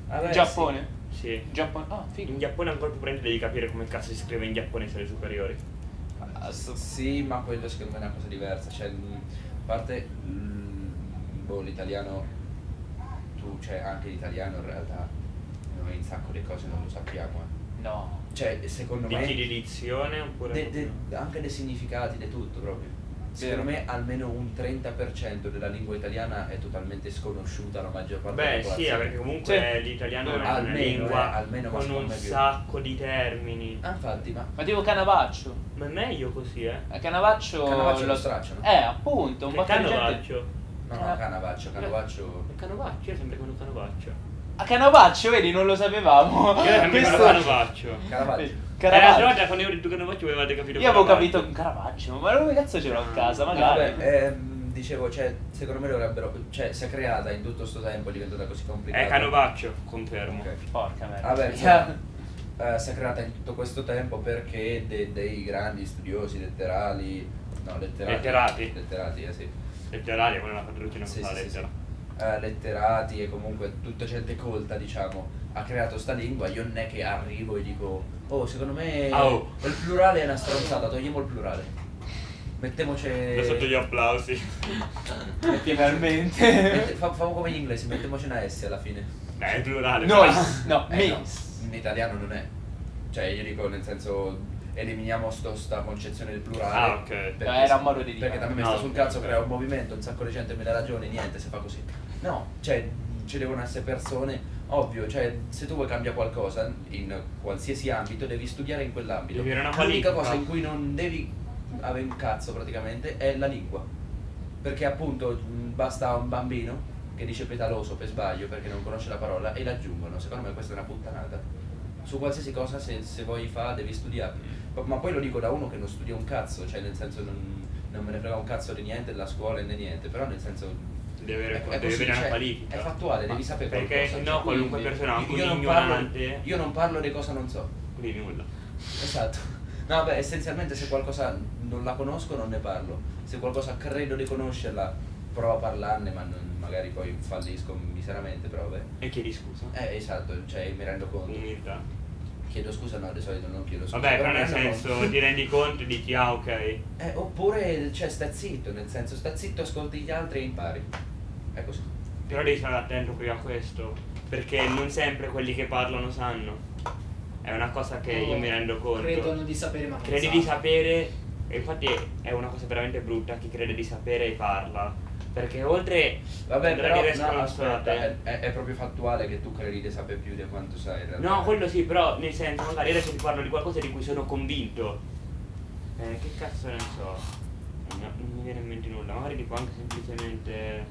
[SPEAKER 2] Ah, beh,
[SPEAKER 6] Giappone?
[SPEAKER 3] Sì.
[SPEAKER 6] Giappone? Ah,
[SPEAKER 3] In
[SPEAKER 6] figo.
[SPEAKER 3] Giappone ancora più prende devi capire come cazzo si scrive in giapponese alle superiori.
[SPEAKER 2] Sì. Ah, Sì, ma quello secondo me è una cosa diversa. Cioè, mh, a parte mh, boh, l'italiano, tu, cioè anche l'italiano in realtà, noi un sacco di cose non lo sappiamo. eh.
[SPEAKER 6] No.
[SPEAKER 2] Cioè, secondo me.
[SPEAKER 3] Dici di dizione oppure.
[SPEAKER 2] De- de- anche dei significati, di tutto proprio. Secondo
[SPEAKER 6] Vero.
[SPEAKER 2] me almeno un 30% della lingua italiana è totalmente sconosciuta alla maggior parte
[SPEAKER 3] Beh,
[SPEAKER 2] della
[SPEAKER 3] sì,
[SPEAKER 2] popolazione.
[SPEAKER 3] perché comunque
[SPEAKER 6] Sì.
[SPEAKER 3] l'italiano è una
[SPEAKER 2] Almeno,
[SPEAKER 3] lingua
[SPEAKER 2] eh, almeno, ma
[SPEAKER 3] con
[SPEAKER 2] secondo
[SPEAKER 3] un
[SPEAKER 2] me più.
[SPEAKER 3] sacco di termini.
[SPEAKER 2] Ah, infatti, ma
[SPEAKER 6] Ma tipo Canavaccio.
[SPEAKER 3] Ma è meglio così, eh?
[SPEAKER 6] A Canavaccio...
[SPEAKER 2] Canavaccio lo stracciano.
[SPEAKER 6] Eh, appunto, un
[SPEAKER 3] Che
[SPEAKER 6] botto di gente-
[SPEAKER 3] canovaccio?
[SPEAKER 2] No, no, Canavaccio, Canavaccio.
[SPEAKER 3] Che canovaccio? Io sempre con canovaccio.
[SPEAKER 6] A Canavaccio, vedi, non lo sapevamo.
[SPEAKER 3] Io
[SPEAKER 2] Ah,
[SPEAKER 3] sempre con canovaccio.
[SPEAKER 2] Canavaccio.
[SPEAKER 3] Era Eh, la
[SPEAKER 6] Caravaggio.
[SPEAKER 3] prima volta quando io ho detto canovaccio voi avevate capito
[SPEAKER 6] Io avevo
[SPEAKER 3] Caravaggio.
[SPEAKER 6] capito un Caravaggio, ma dove cazzo ce l'ho a casa,
[SPEAKER 2] Ah,
[SPEAKER 6] magari.
[SPEAKER 2] Vabbè, ehm, dicevo, cioè, secondo me dovrebbero. Cioè, si è creata in tutto sto tempo, è diventata così complicata.
[SPEAKER 3] È Eh, canovaccio, confermo.
[SPEAKER 2] Ok.
[SPEAKER 6] Porca merda.
[SPEAKER 2] Vabbè, insomma, eh, si è creata in tutto questo tempo perché de- dei grandi studiosi letterali, no, letterati,
[SPEAKER 3] Letterati.
[SPEAKER 2] letterati, eh, sì.
[SPEAKER 3] Letteraria, quella è una traduzione
[SPEAKER 2] Sì,
[SPEAKER 3] con la
[SPEAKER 2] sì, sì,
[SPEAKER 3] lettera.
[SPEAKER 2] sì. Eh, letterati e comunque tutta gente colta, diciamo, ha creato sta lingua, io non è che arrivo e dico, oh, secondo me
[SPEAKER 3] Ah, oh."
[SPEAKER 2] il plurale è una stronzata, togliamo il plurale. Mettiamoci...
[SPEAKER 3] Da sotto gli applausi.
[SPEAKER 6] Finalmente.
[SPEAKER 2] Mette- fa- Famo come gli inglesi, mettiamoci una S alla fine.
[SPEAKER 3] Beh, è plurale.
[SPEAKER 6] Noi.
[SPEAKER 3] però.
[SPEAKER 6] No,
[SPEAKER 2] Eh, no,
[SPEAKER 6] Mace.
[SPEAKER 2] in italiano non è. Cioè, io dico nel senso eliminiamo sto, sta concezione del plurale.
[SPEAKER 3] Ah, ok.
[SPEAKER 2] perché-
[SPEAKER 6] No, era un modo di dire.
[SPEAKER 2] Perché da me
[SPEAKER 3] No,
[SPEAKER 2] sta sul
[SPEAKER 3] ok,
[SPEAKER 2] cazzo,
[SPEAKER 3] ok.
[SPEAKER 2] crea un movimento, un sacco di gente mi dà ragione, niente, se fa così. No, cioè, ci devono essere persone, ovvio, cioè, se tu vuoi cambiare qualcosa in qualsiasi ambito, devi studiare in quell'ambito.
[SPEAKER 3] Devi avere una
[SPEAKER 2] L'unica
[SPEAKER 3] qualifica.
[SPEAKER 2] cosa in cui non devi avere un cazzo praticamente è la lingua. Perché appunto mh, basta un bambino che dice petaloso per sbaglio perché non conosce la parola e l'aggiungono. Secondo me questa è una puttanata. Su qualsiasi cosa se, se vuoi fa devi studiare.
[SPEAKER 3] Mm.
[SPEAKER 2] Ma- Ma poi lo dico da uno che non studia un cazzo, cioè nel senso non, non me ne frega un cazzo di niente della scuola né niente, però nel senso
[SPEAKER 3] Devi avere,
[SPEAKER 2] è- è
[SPEAKER 3] devi
[SPEAKER 2] così,
[SPEAKER 3] avere una
[SPEAKER 2] cioè,
[SPEAKER 3] qualifica.
[SPEAKER 2] È fattuale, devi sapere
[SPEAKER 3] Perché
[SPEAKER 2] qualcosa,
[SPEAKER 3] se no
[SPEAKER 2] cioè,
[SPEAKER 3] qualunque
[SPEAKER 2] quindi
[SPEAKER 3] persona, anche un
[SPEAKER 2] io non parlo-
[SPEAKER 3] ignorante.
[SPEAKER 2] io non parlo di cosa non so.
[SPEAKER 3] Quindi nulla.
[SPEAKER 2] Esatto. No, beh, essenzialmente se qualcosa non la conosco non ne parlo. Se qualcosa credo di conoscerla, provo a parlarne, ma non- magari poi fallisco miseramente, però beh.
[SPEAKER 3] E chiedi scusa.
[SPEAKER 2] Eh, esatto, cioè mi rendo conto.
[SPEAKER 3] Umiltà.
[SPEAKER 2] Chiedo scusa, no, di solito non chiedo scusa.
[SPEAKER 3] Vabbè, però
[SPEAKER 2] mi
[SPEAKER 3] nel
[SPEAKER 2] rendo
[SPEAKER 3] senso
[SPEAKER 2] conto.
[SPEAKER 3] ti rendi conto e dici ah ok.
[SPEAKER 2] Eh, oppure, cioè, sta zitto, nel senso, sta zitto, ascolti gli altri e impari. È così.
[SPEAKER 3] Però devi stare attento prima a questo. Perché non sempre quelli che parlano sanno. È una cosa che io mi rendo conto.
[SPEAKER 4] Credono di sapere, ma non
[SPEAKER 3] Credi
[SPEAKER 4] sanno.
[SPEAKER 3] di sapere, e infatti è una cosa veramente brutta, chi crede di sapere e parla. Perché oltre
[SPEAKER 2] Vabbè,
[SPEAKER 3] andrà di
[SPEAKER 2] però,
[SPEAKER 3] resta
[SPEAKER 2] no,
[SPEAKER 3] con la
[SPEAKER 2] aspetta,
[SPEAKER 3] strada. eh.
[SPEAKER 2] è, è- è proprio fattuale che tu credi di sapere più di quanto sai in realtà.
[SPEAKER 3] No, quello sì, però nel senso, magari adesso ti parlo di qualcosa di cui sono convinto. Eh, che cazzo ne so? No, non mi viene in mente nulla, magari dico anche semplicemente.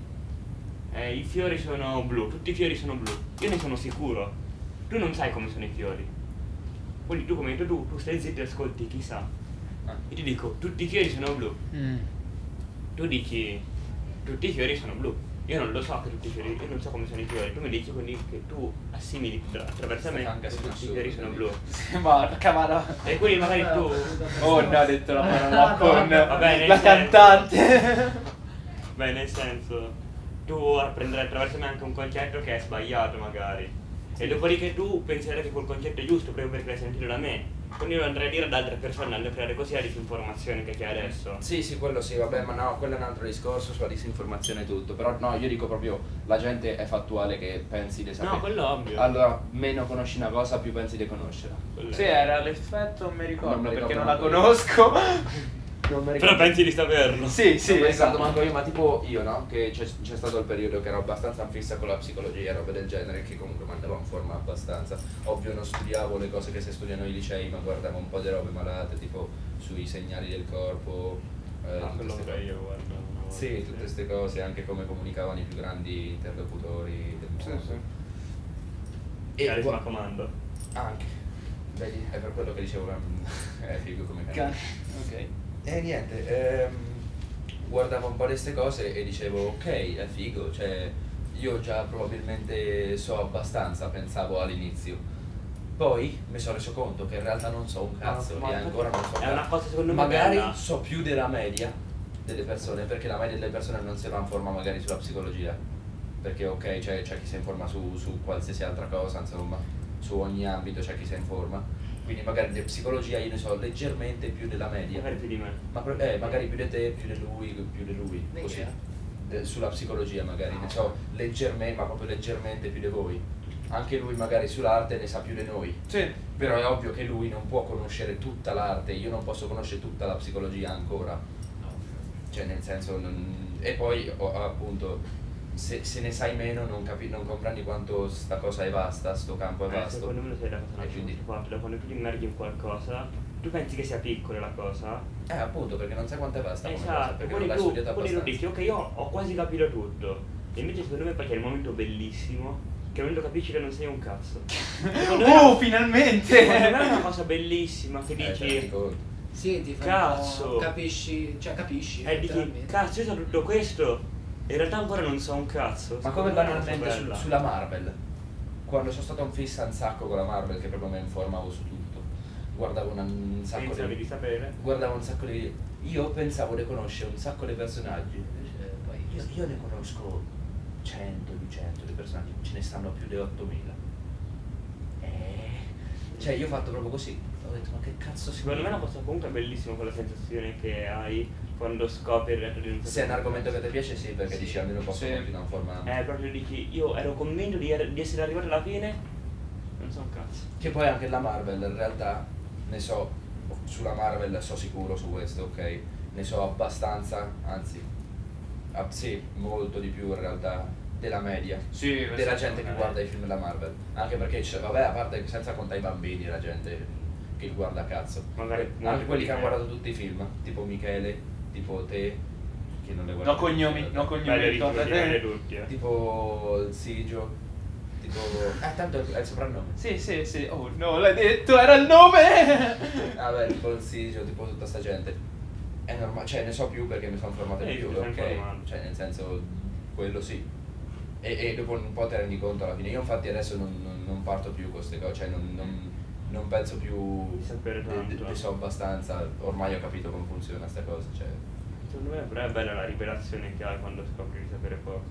[SPEAKER 3] eh, i fiori sono blu, tutti i fiori sono blu. Io ne sono sicuro. Tu non sai come sono i fiori. Quindi tu come tu, tu, tu stai zitto e ascolti, chissà.
[SPEAKER 2] Ah.
[SPEAKER 3] Io ti dico, tutti i fiori sono blu.
[SPEAKER 2] Mm.
[SPEAKER 3] Tu dici, tutti i fiori sono blu. Io non lo so che tutti i fiori, io non so come sono i fiori. Tu mi dici quindi che tu assimili tra- attraverso me
[SPEAKER 2] Anche
[SPEAKER 3] che
[SPEAKER 2] se
[SPEAKER 3] tutti i
[SPEAKER 2] assurdo,
[SPEAKER 3] fiori sono
[SPEAKER 2] quindi.
[SPEAKER 3] blu.
[SPEAKER 6] Porca madonna.
[SPEAKER 3] E quindi magari
[SPEAKER 4] Eh,
[SPEAKER 3] tu.
[SPEAKER 6] Oh no, ha detto la parola con
[SPEAKER 3] Va bene,
[SPEAKER 6] la
[SPEAKER 3] sì.
[SPEAKER 6] cantante.
[SPEAKER 3] Beh, nel senso, tu apprenderai attraverso me anche un concetto che è sbagliato magari. E dopodiché tu penserai che quel concetto è giusto proprio perché l'hai sentito da me. Quindi lo andrai a dire ad altre persone, andrai a creare così la disinformazione che c'è adesso.
[SPEAKER 2] Sì, sì, quello sì, vabbè, ma no, quello è un altro discorso sulla disinformazione e tutto. Però no, io dico proprio, la gente è fattuale che pensi di sapere.
[SPEAKER 3] No, quello è ovvio.
[SPEAKER 2] Allora, meno conosci una cosa, più pensi di conoscerla.
[SPEAKER 3] Quello è-
[SPEAKER 6] Sì, era l'effetto, non mi ricordo
[SPEAKER 2] Non me ricordo
[SPEAKER 6] perché non la
[SPEAKER 2] manco io.
[SPEAKER 6] conosco.
[SPEAKER 2] Non mi
[SPEAKER 3] Però pensi di saperlo.
[SPEAKER 6] sì, sì, esatto.
[SPEAKER 2] esatto, manco io, ma tipo io, no? Che c'è, c'è stato il periodo che ero abbastanza fissa con la psicologia e robe del genere, che comunque mandavo in forma abbastanza. Ovvio non studiavo le cose che si studiano ai licei, ma guardavo un po' di robe malate, tipo sui segnali del corpo. eh,
[SPEAKER 3] Ah,
[SPEAKER 2] tutte
[SPEAKER 3] quello
[SPEAKER 2] ste
[SPEAKER 3] che
[SPEAKER 2] cose.
[SPEAKER 3] io guardo. una volta.
[SPEAKER 2] Sì, tutte queste cose, anche come comunicavano i più grandi interlocutori del mondo.
[SPEAKER 3] Sì, sì.
[SPEAKER 2] E
[SPEAKER 3] Carisma
[SPEAKER 2] qua-
[SPEAKER 3] comando.
[SPEAKER 2] Anche. Vedi, è per quello che dicevo che è figo come
[SPEAKER 6] Ca-
[SPEAKER 2] canale.
[SPEAKER 6] Ok.
[SPEAKER 2] E Eh, niente, ehm, guardavo un po' queste cose e dicevo ok, è figo, cioè io già probabilmente so abbastanza, pensavo all'inizio. Poi mi sono reso conto che in realtà non so un cazzo
[SPEAKER 3] Ah, Ma-
[SPEAKER 2] e
[SPEAKER 3] ma-
[SPEAKER 2] ancora non so un
[SPEAKER 3] è una
[SPEAKER 2] cazzo.
[SPEAKER 3] cosa secondo me
[SPEAKER 2] Magari
[SPEAKER 3] bella.
[SPEAKER 2] so più della media delle persone, perché la media delle persone non si informa magari sulla psicologia. Perché ok, cioè, c'è chi si informa su, su qualsiasi altra cosa, insomma, su ogni ambito c'è chi si informa. Quindi magari di psicologia io ne so leggermente più della media.
[SPEAKER 3] Magari più di me.
[SPEAKER 2] Ma pro- eh, magari più di te, più di lui, più di lui,
[SPEAKER 4] Di chi
[SPEAKER 2] così.
[SPEAKER 4] è?
[SPEAKER 2] De- sulla psicologia magari, ne so, leggermente, ma proprio leggermente più di voi. Anche lui magari sull'arte ne sa più di noi.
[SPEAKER 6] Sì.
[SPEAKER 2] Però è ovvio che lui non può conoscere tutta l'arte, io non posso conoscere tutta la psicologia ancora. Cioè nel senso... non- E poi o- appunto, se, se ne sai meno non, capi- non comprendi quanto sta cosa è vasta, sto campo è
[SPEAKER 3] Eh,
[SPEAKER 2] vasto.
[SPEAKER 3] secondo me lo sai la cosa
[SPEAKER 2] E quindi-
[SPEAKER 3] nascosta quando, quando tu ti immergi in qualcosa, tu pensi che sia piccola la cosa,
[SPEAKER 2] Eh appunto, perché non sai quanto è vasta come cosa,
[SPEAKER 3] Esatto,
[SPEAKER 2] perché non
[SPEAKER 3] quelli
[SPEAKER 2] l'hai
[SPEAKER 3] tu,
[SPEAKER 2] studiata
[SPEAKER 3] quelli tu
[SPEAKER 2] abbastanza.
[SPEAKER 3] dici, ok, io ho quasi capito tutto. E invece secondo me perché è il momento bellissimo, che al momento capisci che non sei un cazzo. Secondo me-
[SPEAKER 2] Uh,
[SPEAKER 6] Oh, finalmente!
[SPEAKER 3] Secondo me è una cosa bellissima che
[SPEAKER 2] Eh, te ne rendi
[SPEAKER 3] dici,
[SPEAKER 2] conto.
[SPEAKER 4] Sì, ti fai un
[SPEAKER 3] Cazzo.
[SPEAKER 4] po', capisci, cioè capisci.
[SPEAKER 3] eh, dici,
[SPEAKER 4] letteralmente.
[SPEAKER 3] cazzo, io so tutto questo, e in realtà ancora non so un cazzo.
[SPEAKER 2] Ma come
[SPEAKER 3] Secondo me è una cosa
[SPEAKER 2] banalmente su-
[SPEAKER 3] bella.
[SPEAKER 2] sulla Marvel? Quando sono stato un fissa un sacco con la Marvel che proprio mi informavo su tutto. Guardavo una- un sacco
[SPEAKER 3] Pensavi di
[SPEAKER 2] di
[SPEAKER 3] sapere?
[SPEAKER 2] guardavo un sacco di io pensavo di conoscere un sacco di personaggi.
[SPEAKER 4] Cioè,
[SPEAKER 2] Invece, eh, poi Io, io ne conosco 100, 200 di personaggi, ce ne stanno più di 8000. Eh, Cioè io ho fatto proprio così, ho detto ma che cazzo si
[SPEAKER 3] Secondo me è una cosa comunque bellissima quella sensazione che hai quando scopri il realtà di un
[SPEAKER 2] Se è un argomento che ti piace sì, perché dici almeno posso
[SPEAKER 1] Sì.
[SPEAKER 2] continuare a informarmi.
[SPEAKER 3] Eh, proprio dici, io ero convinto di, er- di essere arrivato alla fine, non so un cazzo.
[SPEAKER 2] Che poi anche la Marvel in realtà ne so, sulla Marvel so sicuro su questo, ok? Ne so abbastanza, anzi, ah, sì, molto di più in realtà della media.
[SPEAKER 1] Sì,
[SPEAKER 2] Della
[SPEAKER 1] questo
[SPEAKER 2] gente che
[SPEAKER 1] è-
[SPEAKER 2] guarda i film della Marvel. Anche perché, c'è- vabbè, a parte che senza contare i bambini, la gente che li guarda a cazzo.
[SPEAKER 3] Magari-
[SPEAKER 2] Eh,
[SPEAKER 3] magari
[SPEAKER 2] anche quelli che hanno
[SPEAKER 3] quelli che-
[SPEAKER 2] guardato tutti i film, tipo Michele, tipo te, che non le guarda. eh,
[SPEAKER 1] No cognomi, no
[SPEAKER 3] Bello di
[SPEAKER 1] cognomi.
[SPEAKER 3] tutti,
[SPEAKER 1] tocca a
[SPEAKER 3] bello
[SPEAKER 1] te.
[SPEAKER 3] di tutti, eh.
[SPEAKER 2] Tipo il Sigio, tipo... Eh, tanto è il soprannome.
[SPEAKER 6] Sì, sì, sì. Oh, no, l'hai detto, era il nome!
[SPEAKER 2] Vabbè, tipo il Sigio, tipo tutta sta gente. È normale, cioè ne so più perché mi sono formato di
[SPEAKER 3] Sì,
[SPEAKER 2] più,
[SPEAKER 3] ti sei
[SPEAKER 2] ok?
[SPEAKER 3] informato.
[SPEAKER 2] Cioè nel senso, quello sì. E, e dopo un po' te rendi conto alla fine. Io infatti adesso non, non- non parto più con queste cose, cioè non, non- non penso più...
[SPEAKER 3] Di sapere
[SPEAKER 2] di-
[SPEAKER 3] tanto.
[SPEAKER 2] di- di so abbastanza, ormai ho capito come funziona sta cosa, cioè...
[SPEAKER 3] Secondo me però è bella la rivelazione che hai quando scopri di sapere poco.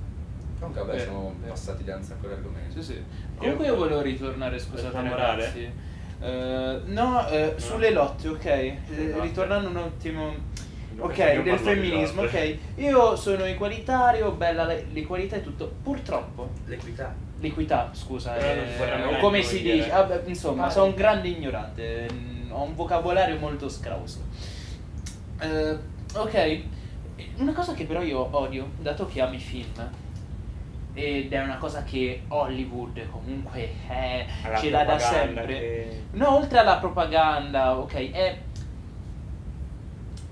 [SPEAKER 2] Comunque vabbè,
[SPEAKER 1] Vero,
[SPEAKER 2] siamo
[SPEAKER 1] vero.
[SPEAKER 2] passati da un sacco di argomenti.
[SPEAKER 1] Sì, sì. Comunque io volevo ritornare, scusate
[SPEAKER 3] Questa morale?
[SPEAKER 1] ragazzi. Eh, no, eh, sulle lotte, ok. Eh,
[SPEAKER 3] Sulle lotte.
[SPEAKER 1] ritornando un attimo.
[SPEAKER 3] Non
[SPEAKER 1] Ok,
[SPEAKER 3] possiamo
[SPEAKER 1] del
[SPEAKER 3] parlare di
[SPEAKER 1] femminismo, ok.
[SPEAKER 3] lotte.
[SPEAKER 1] Io sono equalitario, bella le- l'equalità e tutto. Purtroppo,
[SPEAKER 2] L'equità.
[SPEAKER 1] l'equità, scusa,
[SPEAKER 3] Però
[SPEAKER 1] eh,
[SPEAKER 3] non vorremmo
[SPEAKER 1] o
[SPEAKER 3] neanche
[SPEAKER 1] come si
[SPEAKER 3] dire.
[SPEAKER 1] dice, ah, beh, insomma,
[SPEAKER 4] Vai.
[SPEAKER 1] sono un grande ignorante, mm, ho un vocabolario molto scrauso. Eh, ok, una cosa che però io odio, dato che amo i film, ed è una cosa che Hollywood comunque eh,
[SPEAKER 3] Alla
[SPEAKER 1] ce l'ha da
[SPEAKER 3] propaganda
[SPEAKER 1] sempre.
[SPEAKER 3] che-
[SPEAKER 1] No, oltre alla propaganda, ok, è...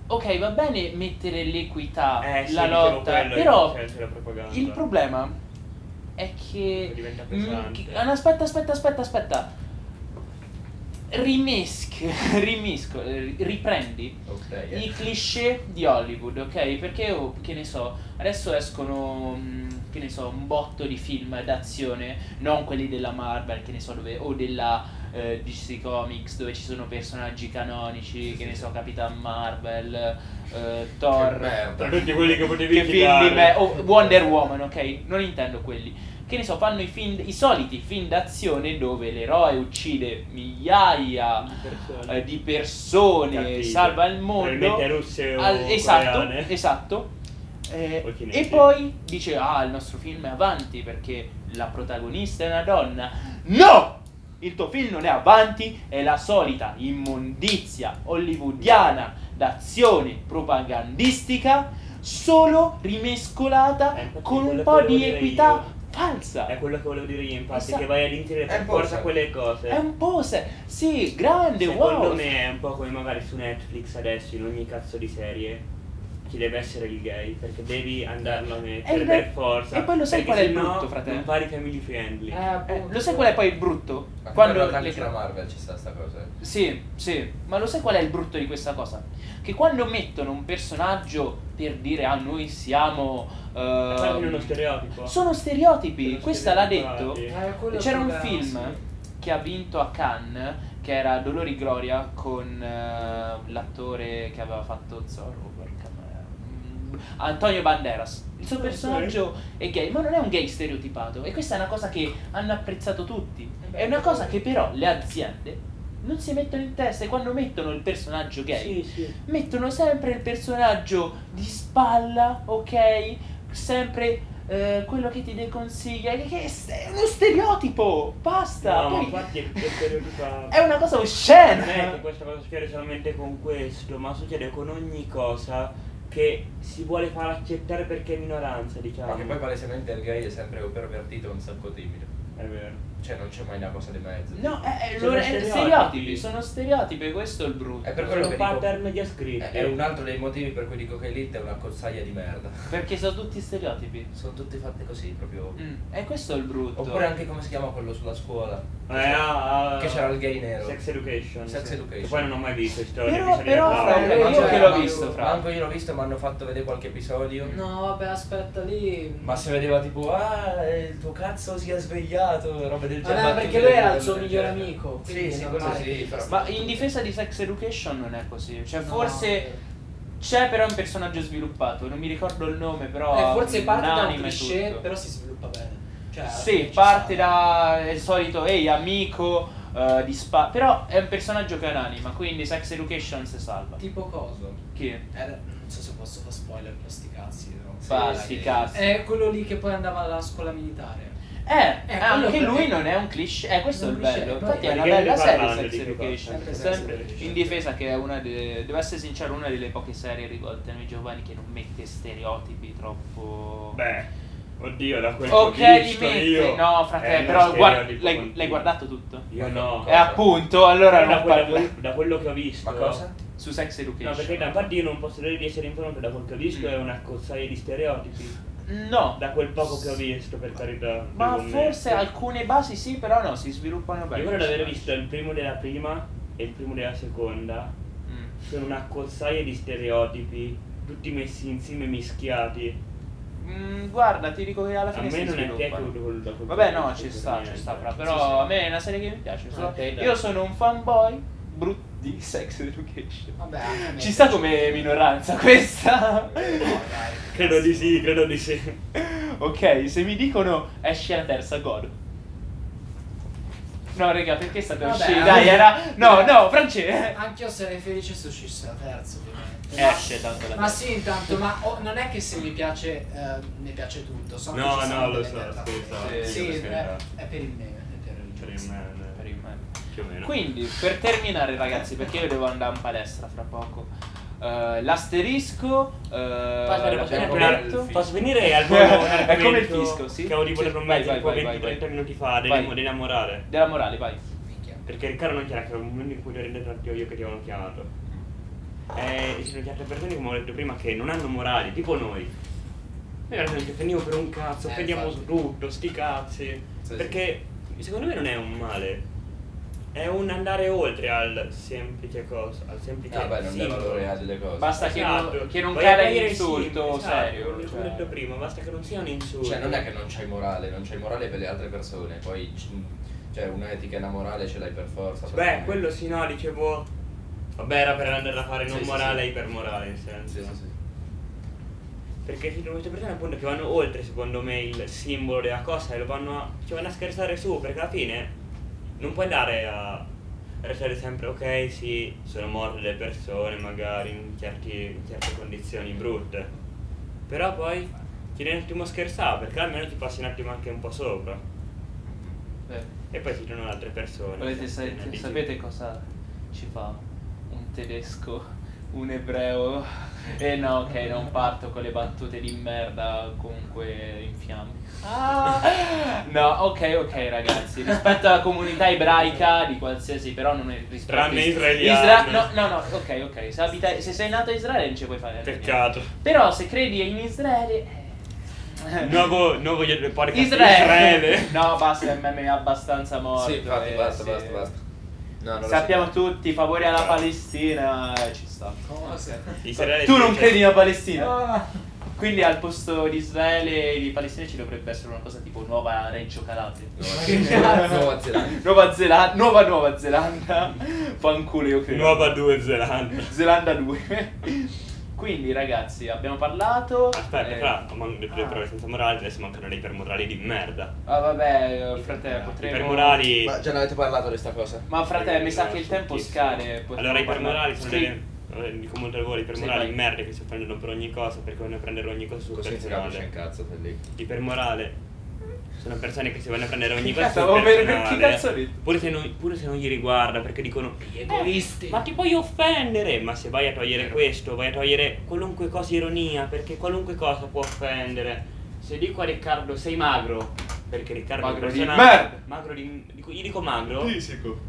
[SPEAKER 1] Ok, va bene mettere l'equità,
[SPEAKER 3] Eh, sì,
[SPEAKER 1] Ah, la
[SPEAKER 3] dicevo
[SPEAKER 1] lotta,
[SPEAKER 3] quello, cioè,
[SPEAKER 1] però
[SPEAKER 3] c'è- c'è la propaganda.
[SPEAKER 1] il problema è che...
[SPEAKER 3] Diventa pesante.
[SPEAKER 1] Mm, che- no, aspetta, aspetta, aspetta, aspetta. Rimeschi, rimisco, eh, riprendi
[SPEAKER 2] Ok.
[SPEAKER 1] i
[SPEAKER 2] eh.
[SPEAKER 1] cliché di Hollywood, ok? Perché, oh, che ne so, adesso escono, mm, che ne so, un botto di film d'azione, non quelli della Marvel, che ne so, dove, o della eh, DC Comics, dove ci sono personaggi canonici, che ne so, Capitan Marvel, eh, Thor,
[SPEAKER 2] Che merda.
[SPEAKER 3] Tutti quelli che potevi
[SPEAKER 1] che film
[SPEAKER 3] citare.
[SPEAKER 1] di me oh, Wonder Woman ok non intendo quelli che ne so fanno i film i soliti film d'azione dove l'eroe uccide migliaia
[SPEAKER 3] Di persone.
[SPEAKER 1] eh, di persone
[SPEAKER 3] Cattivi.
[SPEAKER 1] salva il mondo
[SPEAKER 3] Probabilmente russe o
[SPEAKER 1] Al- esatto
[SPEAKER 3] coreane.
[SPEAKER 1] esatto Eh,
[SPEAKER 3] O cinesi.
[SPEAKER 1] e poi dice ah il nostro film è avanti perché la protagonista è una donna no il tuo film non è avanti, è la solita immondizia hollywoodiana d'azione propagandistica, solo rimescolata
[SPEAKER 3] Eh, infatti
[SPEAKER 1] con un
[SPEAKER 3] quello
[SPEAKER 1] po'
[SPEAKER 3] che
[SPEAKER 1] di
[SPEAKER 3] volevo dire
[SPEAKER 1] equità
[SPEAKER 3] io. Eh,
[SPEAKER 1] falsa.
[SPEAKER 3] È quello che volevo dire io, infatti,
[SPEAKER 1] Esatto.
[SPEAKER 3] che vai ad inserire
[SPEAKER 2] È
[SPEAKER 3] per
[SPEAKER 2] un
[SPEAKER 3] forza
[SPEAKER 2] po'
[SPEAKER 3] quelle cose.
[SPEAKER 1] È un po' se... Sì, grande,
[SPEAKER 3] Secondo
[SPEAKER 1] wow.
[SPEAKER 3] me è un po' come magari su Netflix adesso, in ogni cazzo di serie. chi deve essere il gay, perché devi andarlo a mettere
[SPEAKER 1] Eh,
[SPEAKER 3] per
[SPEAKER 1] beh,
[SPEAKER 3] forza.
[SPEAKER 1] e poi lo sai
[SPEAKER 3] perché
[SPEAKER 1] qual è il
[SPEAKER 3] sennò
[SPEAKER 1] brutto, fratello?
[SPEAKER 3] Non pari family friendly.
[SPEAKER 4] Eh,
[SPEAKER 1] Eh,
[SPEAKER 4] appunto.
[SPEAKER 1] lo sai qual è poi il brutto?
[SPEAKER 2] Ma
[SPEAKER 1] Quando
[SPEAKER 2] guarda, anche
[SPEAKER 1] le-
[SPEAKER 2] sulla Marvel ci sta sta cosa. eh.
[SPEAKER 1] Sì, sì, ma lo sai qual è il brutto di questa cosa? Che quando mettono un personaggio per dire ah noi siamo... eh,
[SPEAKER 3] Parli di uno stereotipo.
[SPEAKER 1] Sono stereotipi,
[SPEAKER 3] Sono
[SPEAKER 1] questa l'ha detto.
[SPEAKER 3] stereotipati.
[SPEAKER 4] Eh, quello è il
[SPEAKER 1] C'era un
[SPEAKER 4] problema,
[SPEAKER 1] film
[SPEAKER 4] sì.
[SPEAKER 1] che ha vinto a Cannes, che era Dolori Gloria con eh, l'attore che aveva fatto Zorro, porca me- mm, Antonio Banderas. Il suo
[SPEAKER 3] Ok.
[SPEAKER 1] personaggio è gay, ma non è un gay stereotipato e questa è una cosa che hanno apprezzato tutti. È una cosa che però le aziende non si mettono in testa e quando mettono il personaggio gay
[SPEAKER 3] Sì, sì.
[SPEAKER 1] mettono sempre il personaggio di spalla, ok? Sempre eh, quello che ti deconsiglia, che- che è uno stereotipo, basta.
[SPEAKER 3] No, ma Eh,
[SPEAKER 1] Poi
[SPEAKER 3] infatti è, è stereotipato.
[SPEAKER 1] è una cosa
[SPEAKER 3] Non è che
[SPEAKER 1] oscena.
[SPEAKER 3] questa cosa succede solamente con questo, ma succede con ogni cosa che si vuole far accettare perché è minoranza, diciamo.
[SPEAKER 2] Ma che poi palesemente il gay è sempre un pervertito un sacco timido.
[SPEAKER 3] È vero.
[SPEAKER 2] Cioè non c'è mai una cosa di mezzo.
[SPEAKER 1] No, eh, è, è-
[SPEAKER 3] Sono
[SPEAKER 1] lo- è-
[SPEAKER 3] stereotipi.
[SPEAKER 1] stereotipi, sono stereotipi, e questo è il brutto.
[SPEAKER 2] È per quello
[SPEAKER 3] Sono
[SPEAKER 2] che dico-
[SPEAKER 3] pattern già scritti.
[SPEAKER 2] È, è un altro dei motivi per cui dico che Elite è una cozzaia di merda.
[SPEAKER 1] Perché sono tutti stereotipi.
[SPEAKER 2] Sono tutte fatte così proprio.
[SPEAKER 1] Mm, E questo è il brutto.
[SPEAKER 2] Oppure anche come si chiama quello sulla scuola?
[SPEAKER 3] Eh, ah, ah,
[SPEAKER 2] che c'era il gay nero.
[SPEAKER 3] Sex education.
[SPEAKER 2] Sex
[SPEAKER 3] sì.
[SPEAKER 2] education.
[SPEAKER 3] Che Poi non ho mai visto cioè, storie.
[SPEAKER 1] Però, però
[SPEAKER 4] parlare.
[SPEAKER 1] fra,
[SPEAKER 4] Eh,
[SPEAKER 1] io
[SPEAKER 4] ma
[SPEAKER 1] che
[SPEAKER 4] c'è-
[SPEAKER 1] l'ho
[SPEAKER 4] ma-
[SPEAKER 1] visto, fra.
[SPEAKER 2] Manco io l'ho visto, ma hanno fatto vedere qualche episodio.
[SPEAKER 4] No, vabbè, aspetta lì.
[SPEAKER 2] Ma si vedeva tipo, ah, il tuo cazzo si è svegliato, roba del
[SPEAKER 4] Vabbè,
[SPEAKER 2] genere.
[SPEAKER 4] Ah, perché lui era il
[SPEAKER 2] Del
[SPEAKER 4] suo
[SPEAKER 2] genere.
[SPEAKER 4] migliore amico,
[SPEAKER 2] Sì,
[SPEAKER 4] quindi
[SPEAKER 2] sì,
[SPEAKER 4] non
[SPEAKER 2] quello
[SPEAKER 4] pare
[SPEAKER 2] sì.
[SPEAKER 4] che-
[SPEAKER 2] però-
[SPEAKER 1] Ma in difesa di Sex Education non è così. Cioè,
[SPEAKER 4] No,
[SPEAKER 1] forse c'è però un personaggio sviluppato, non mi ricordo il nome, però.
[SPEAKER 4] Eh, forse
[SPEAKER 1] in
[SPEAKER 4] parte da un
[SPEAKER 1] anime
[SPEAKER 4] cliché,
[SPEAKER 1] tutto.
[SPEAKER 4] però si sviluppa bene. Cioè, alla fine
[SPEAKER 1] Sì,
[SPEAKER 4] ci
[SPEAKER 1] parte
[SPEAKER 4] sta.
[SPEAKER 1] da il solito ehi amico eh, di spa. Però è un personaggio che ha un'anima, quindi Sex Education si salva.
[SPEAKER 4] Tipo coso?
[SPEAKER 1] Chi?
[SPEAKER 4] Eh, non so se posso fare spoiler per sti cazzi, però.
[SPEAKER 2] Sì,
[SPEAKER 1] Fa
[SPEAKER 2] sì.
[SPEAKER 1] sti cazzi. Eh,
[SPEAKER 4] È quello lì che poi andava alla scuola militare.
[SPEAKER 1] eh,
[SPEAKER 4] Eh,
[SPEAKER 1] anche
[SPEAKER 4] quello
[SPEAKER 1] lui
[SPEAKER 4] per-
[SPEAKER 1] non è un cliché. Eh, questo è il
[SPEAKER 4] Non cliché,
[SPEAKER 1] bello.
[SPEAKER 4] poi-
[SPEAKER 1] Infatti è
[SPEAKER 3] Ma
[SPEAKER 1] una
[SPEAKER 3] di che
[SPEAKER 1] bella
[SPEAKER 3] ne
[SPEAKER 1] serie
[SPEAKER 3] parlando
[SPEAKER 1] Sex
[SPEAKER 3] di chi qua?
[SPEAKER 1] Education.
[SPEAKER 4] Sempre Sex
[SPEAKER 1] Sempre
[SPEAKER 4] Education.
[SPEAKER 1] in difesa che è una delle. Devo essere sincero, una delle poche serie rivolte ai giovani che non mette stereotipi troppo.
[SPEAKER 3] Beh, oddio, da quel
[SPEAKER 1] Ok,
[SPEAKER 3] che ho
[SPEAKER 1] li
[SPEAKER 3] visto
[SPEAKER 1] metti.
[SPEAKER 3] io... Eh,
[SPEAKER 1] No,
[SPEAKER 3] è
[SPEAKER 1] fratello,
[SPEAKER 3] uno
[SPEAKER 1] però guarda,
[SPEAKER 3] stereotipo
[SPEAKER 1] l'hai,
[SPEAKER 3] continuo.
[SPEAKER 1] l'hai guardato tutto?
[SPEAKER 3] Io no.
[SPEAKER 1] E appunto, allora
[SPEAKER 3] da,
[SPEAKER 1] non
[SPEAKER 3] quel- da
[SPEAKER 1] parla.
[SPEAKER 3] quel, da quello che ho visto...
[SPEAKER 2] Ma cosa?
[SPEAKER 1] Su Sex Education.
[SPEAKER 3] No, perché da parte io non posso dire di essere informato, da quel che ho visto
[SPEAKER 1] Mm.
[SPEAKER 3] è una cozzaia di stereotipi.
[SPEAKER 1] No,
[SPEAKER 3] Da quel poco che ho visto, per carità.
[SPEAKER 1] ma
[SPEAKER 3] devo
[SPEAKER 1] forse
[SPEAKER 3] ammettere.
[SPEAKER 1] alcune basi sì, però no, si sviluppano bene.
[SPEAKER 3] Io credo di aver visto il primo della prima e il primo della seconda.
[SPEAKER 1] Mm.
[SPEAKER 3] Sono una cozzaia di stereotipi, tutti messi insieme, mischiati.
[SPEAKER 1] Mm, guarda, ti dico che alla
[SPEAKER 3] A
[SPEAKER 1] fine
[SPEAKER 3] me
[SPEAKER 1] si
[SPEAKER 3] non è
[SPEAKER 1] sviluppano.
[SPEAKER 3] piaciuto quello da quel
[SPEAKER 1] Vabbè,
[SPEAKER 3] che ho
[SPEAKER 1] no,
[SPEAKER 3] visto
[SPEAKER 1] ci
[SPEAKER 3] per
[SPEAKER 1] sta, ci
[SPEAKER 3] niente.
[SPEAKER 1] sta, fra.
[SPEAKER 3] Sì, sì.
[SPEAKER 1] Però a me è una serie che mi piace.
[SPEAKER 4] Ah,
[SPEAKER 1] solo-
[SPEAKER 4] ok, dai.
[SPEAKER 1] Io sono un fanboy brutto di Sex Education.
[SPEAKER 4] Vabbè, anche a me
[SPEAKER 1] Ci sta
[SPEAKER 4] piace.
[SPEAKER 1] come minoranza questa.
[SPEAKER 4] No, dai.
[SPEAKER 3] Credo di sì, credo di sì.
[SPEAKER 1] ok, se mi dicono esce la terza, godo. No, raga, perché state
[SPEAKER 4] Vabbè,
[SPEAKER 1] uscendo?
[SPEAKER 4] eh.
[SPEAKER 1] Dai, era. No, no, francese.
[SPEAKER 4] Anch'io sarei felice se uscisse la terza, ovviamente. Ma-
[SPEAKER 1] Eh, Esce tanto la
[SPEAKER 4] Ma sì, intanto, ma oh, non è che se mi piace, eh, mi piace tutto. So
[SPEAKER 3] No,
[SPEAKER 4] che ci
[SPEAKER 3] no,
[SPEAKER 4] sono
[SPEAKER 3] lo
[SPEAKER 4] delle
[SPEAKER 3] so, esatto,
[SPEAKER 4] piattaforme.
[SPEAKER 3] scusa.
[SPEAKER 2] Sì,
[SPEAKER 4] Sì,
[SPEAKER 2] per
[SPEAKER 4] è,
[SPEAKER 2] carità.
[SPEAKER 4] è per il meme, è per il
[SPEAKER 1] Per il meme.
[SPEAKER 3] Più o meno.
[SPEAKER 1] Quindi, per terminare, ragazzi, perché io devo andare in palestra fra poco. eh, l'asterisco. eh,
[SPEAKER 3] Aspetta, posso,
[SPEAKER 1] l'abbiamo
[SPEAKER 3] venire-
[SPEAKER 1] detto.
[SPEAKER 3] posso venire al volo un
[SPEAKER 1] È come il
[SPEAKER 3] argomento
[SPEAKER 1] fisco, sì.
[SPEAKER 3] Che avevo di voler
[SPEAKER 1] Sì, vai,
[SPEAKER 3] promettere
[SPEAKER 1] vai,
[SPEAKER 3] tipo
[SPEAKER 1] vai,
[SPEAKER 3] 20-30
[SPEAKER 1] vai.
[SPEAKER 3] minuti fa del-
[SPEAKER 1] Vai.
[SPEAKER 3] dell'amorare.
[SPEAKER 1] Della morale, vai.
[SPEAKER 4] Minchia.
[SPEAKER 3] Perché Riccardo non chiama, che era un momento in cui l'ho rientrato io che ti avevano chiamato. Eh, E ci sono chiamate persone, come ho detto prima, che non hanno morali, tipo noi. Noi alla fine ci offendiamo per un cazzo,
[SPEAKER 4] Eh,
[SPEAKER 3] offendiamo su
[SPEAKER 4] infatti.
[SPEAKER 3] tutto, sti cazzi.
[SPEAKER 2] Sì,
[SPEAKER 3] perché secondo me non è un male. È un andare oltre al semplice cosa, al semplice
[SPEAKER 2] Ah, beh, non dà
[SPEAKER 3] simbolo.
[SPEAKER 2] valore a delle cose.
[SPEAKER 1] Basta che
[SPEAKER 3] Esatto.
[SPEAKER 1] non, che non
[SPEAKER 3] Voglio
[SPEAKER 1] cada
[SPEAKER 3] togliere il
[SPEAKER 1] l'insulto
[SPEAKER 3] simbolo, esatto,
[SPEAKER 1] serio.
[SPEAKER 3] Come
[SPEAKER 1] cioè.
[SPEAKER 3] ho detto prima, basta che non sia un insulto.
[SPEAKER 2] Cioè, non è che non c'hai morale, non c'hai morale per le altre persone, poi c- cioè un'etica e una morale ce l'hai per forza.
[SPEAKER 3] Beh,
[SPEAKER 2] praticamente.
[SPEAKER 3] quello sì, no, dicevo. Vabbè, era per andarla a fare non
[SPEAKER 2] Sì, sì,
[SPEAKER 3] morale
[SPEAKER 2] sì.
[SPEAKER 3] e ipermorale, in senso.
[SPEAKER 2] Sì, sì, sì.
[SPEAKER 3] Perché ci sono queste persone appunto che vanno oltre, secondo me, il simbolo della cosa e lo vanno a. ci vanno a scherzare su, perché alla fine non puoi andare a restare sempre ok, sì, sono morte le persone, magari in, certi- in certe condizioni brutte. Però poi ti devi un attimo scherzare, perché almeno ti passi un attimo anche un po' sopra.
[SPEAKER 1] Beh,
[SPEAKER 3] E poi ci sono altre persone.
[SPEAKER 1] volete sa-
[SPEAKER 3] Dici-
[SPEAKER 1] sapete cosa ci fa un tedesco un ebreo. E no, ok, non parto con le battute di merda comunque in fiamme.
[SPEAKER 2] Ah!
[SPEAKER 1] No, ok, ok ragazzi, rispetto alla comunità ebraica di qualsiasi, però non è rispetto
[SPEAKER 3] Tranne
[SPEAKER 1] is-
[SPEAKER 3] israeliani.
[SPEAKER 1] Isra- no, no, no, ok, ok, se, abita- se sei nato a Israele non ci puoi fare niente.
[SPEAKER 3] Peccato.
[SPEAKER 1] Però se credi in Israele... eh.
[SPEAKER 3] Nuovo, nuovo podcast
[SPEAKER 1] Israele.
[SPEAKER 3] Israele.
[SPEAKER 1] No, basta, è un meme abbastanza morto.
[SPEAKER 2] Sì, infatti,
[SPEAKER 1] eh,
[SPEAKER 2] basta,
[SPEAKER 1] sì.
[SPEAKER 2] basta, basta. No, non lo
[SPEAKER 1] Sappiamo
[SPEAKER 2] so.
[SPEAKER 1] tutti, favore alla Palestina, eh, ci sta.
[SPEAKER 4] Cose.
[SPEAKER 3] Israele
[SPEAKER 1] Tu non
[SPEAKER 3] dice-
[SPEAKER 1] credi alla Palestina?
[SPEAKER 4] Ah.
[SPEAKER 1] Quindi al posto di Israele e di Palestina ci dovrebbe essere una cosa tipo Nuova Reggio Calabria.
[SPEAKER 2] Nuova
[SPEAKER 4] Che
[SPEAKER 2] Zelanda.
[SPEAKER 4] cazzo?
[SPEAKER 1] Nuova
[SPEAKER 2] Nuova Zelanda.
[SPEAKER 1] Zelanda, Nuova Nuova Zelanda. Fanculo io credo.
[SPEAKER 3] Nuova 2 Zelanda.
[SPEAKER 1] Zelanda 2. Quindi ragazzi, abbiamo parlato.
[SPEAKER 3] Aspetta,
[SPEAKER 1] eh,
[SPEAKER 3] fra, man- le le
[SPEAKER 1] ah.
[SPEAKER 3] prove senza morale, adesso mancano le ipermorali di merda.
[SPEAKER 1] Ah vabbè, frate, potremmo...
[SPEAKER 3] Ipermorali.
[SPEAKER 2] Ma già ne avete parlato di sta cosa?
[SPEAKER 1] Ma frate, mi sa
[SPEAKER 3] no,
[SPEAKER 1] che il
[SPEAKER 3] sono
[SPEAKER 1] tempo
[SPEAKER 3] pochissimo.
[SPEAKER 1] scade. potremmo
[SPEAKER 3] Allora, ipermorali
[SPEAKER 1] parlare.
[SPEAKER 3] sono
[SPEAKER 1] Sì.
[SPEAKER 3] delle. eh, Dico molto al volo, ipermorali
[SPEAKER 1] Sì, vai.
[SPEAKER 3] merda che si prendono per ogni cosa, perché vogliono prendere ogni cosa sul
[SPEAKER 2] Così si capisce
[SPEAKER 3] personale.
[SPEAKER 2] un cazzo da lì.
[SPEAKER 3] Ipermorale. Sono persone che si vanno a prendere ogni
[SPEAKER 1] Chi
[SPEAKER 3] cosa
[SPEAKER 1] cazzo- oh, ma
[SPEAKER 3] sul
[SPEAKER 1] per-
[SPEAKER 3] personale.
[SPEAKER 1] chi cazzo ha detto?
[SPEAKER 3] Pure se, non, pure se non gli riguarda, perché dicono.
[SPEAKER 7] Gli
[SPEAKER 3] "Eh,
[SPEAKER 7] egoisti."
[SPEAKER 3] ma ti puoi offendere! Ma se vai a togliere questo, vai a togliere qualunque cosa ironia, perché qualunque cosa può offendere. Se dico a Riccardo sei magro, perché Riccardo
[SPEAKER 1] Magro
[SPEAKER 3] è un
[SPEAKER 1] di
[SPEAKER 3] personaggio.
[SPEAKER 1] merda.
[SPEAKER 3] Magro di. dico- gli dico magro.
[SPEAKER 1] Fisico.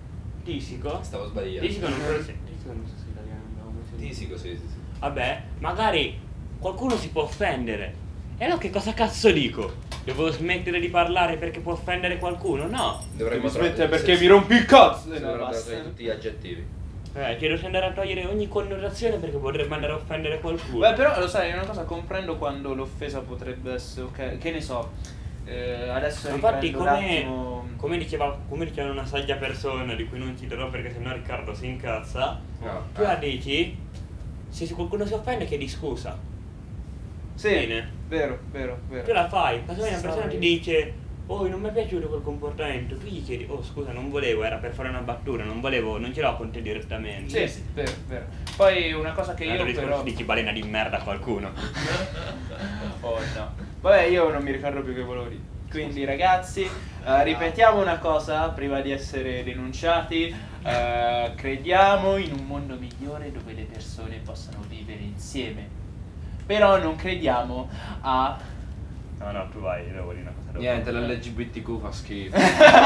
[SPEAKER 3] Disico.
[SPEAKER 2] Stavo sbagliando.
[SPEAKER 3] Disico non conosce. Disico non so se è italiano. no, come si dice.
[SPEAKER 2] Disico, sì, sì, sì.
[SPEAKER 3] Vabbè, magari qualcuno si può offendere. E allora che cosa cazzo dico? Devo smettere di parlare perché può offendere qualcuno? No.
[SPEAKER 2] Dovremmo
[SPEAKER 1] Mi smette
[SPEAKER 2] trovare-
[SPEAKER 1] perché
[SPEAKER 2] sì,
[SPEAKER 1] mi
[SPEAKER 2] sì.
[SPEAKER 1] rompi il cazzo!
[SPEAKER 2] Sì,
[SPEAKER 1] No,
[SPEAKER 2] Dovremmo
[SPEAKER 1] basta.
[SPEAKER 2] trovare tutti gli aggettivi.
[SPEAKER 3] Eh, chiedo se andare a togliere ogni connotazione perché potrebbe andare a offendere qualcuno.
[SPEAKER 1] Beh, però lo sai, è una cosa comprendo quando l'offesa potrebbe essere. ok, Che ne so. eh, adesso
[SPEAKER 3] Ma Infatti,
[SPEAKER 1] riprendo un
[SPEAKER 3] come,
[SPEAKER 1] attimo.
[SPEAKER 3] come diceva, come diceva una saggia persona di cui non citerò perché sennò Riccardo si incazza,
[SPEAKER 2] No.
[SPEAKER 1] eh.
[SPEAKER 3] tu la dici, se qualcuno si offende chiedi scusa.
[SPEAKER 1] Sì,
[SPEAKER 3] Bene.
[SPEAKER 1] vero, vero, vero.
[SPEAKER 3] Tu la fai, casomai una persona ti
[SPEAKER 4] Sorry.
[SPEAKER 3] dice Oh, non mi è piaciuto quel comportamento, tu gli chiedi Oh, scusa, non volevo, era per fare una battuta, non volevo, non ce l'ho con te direttamente
[SPEAKER 1] Sì, sì, vero, vero. Poi una cosa che io
[SPEAKER 3] Allora rispondi,
[SPEAKER 1] però.
[SPEAKER 3] dici balena di merda a qualcuno
[SPEAKER 1] Oh no. Vabbè, io non mi ricordo più che volevo dire. Quindi, ragazzi, eh, ripetiamo una cosa prima di essere denunciati. Eh, crediamo in un mondo migliore dove le persone possano vivere insieme. Però non crediamo a.
[SPEAKER 3] No, no, tu vai, devo dire una cosa dopo
[SPEAKER 2] Niente, l'LGBTQ fa schifo.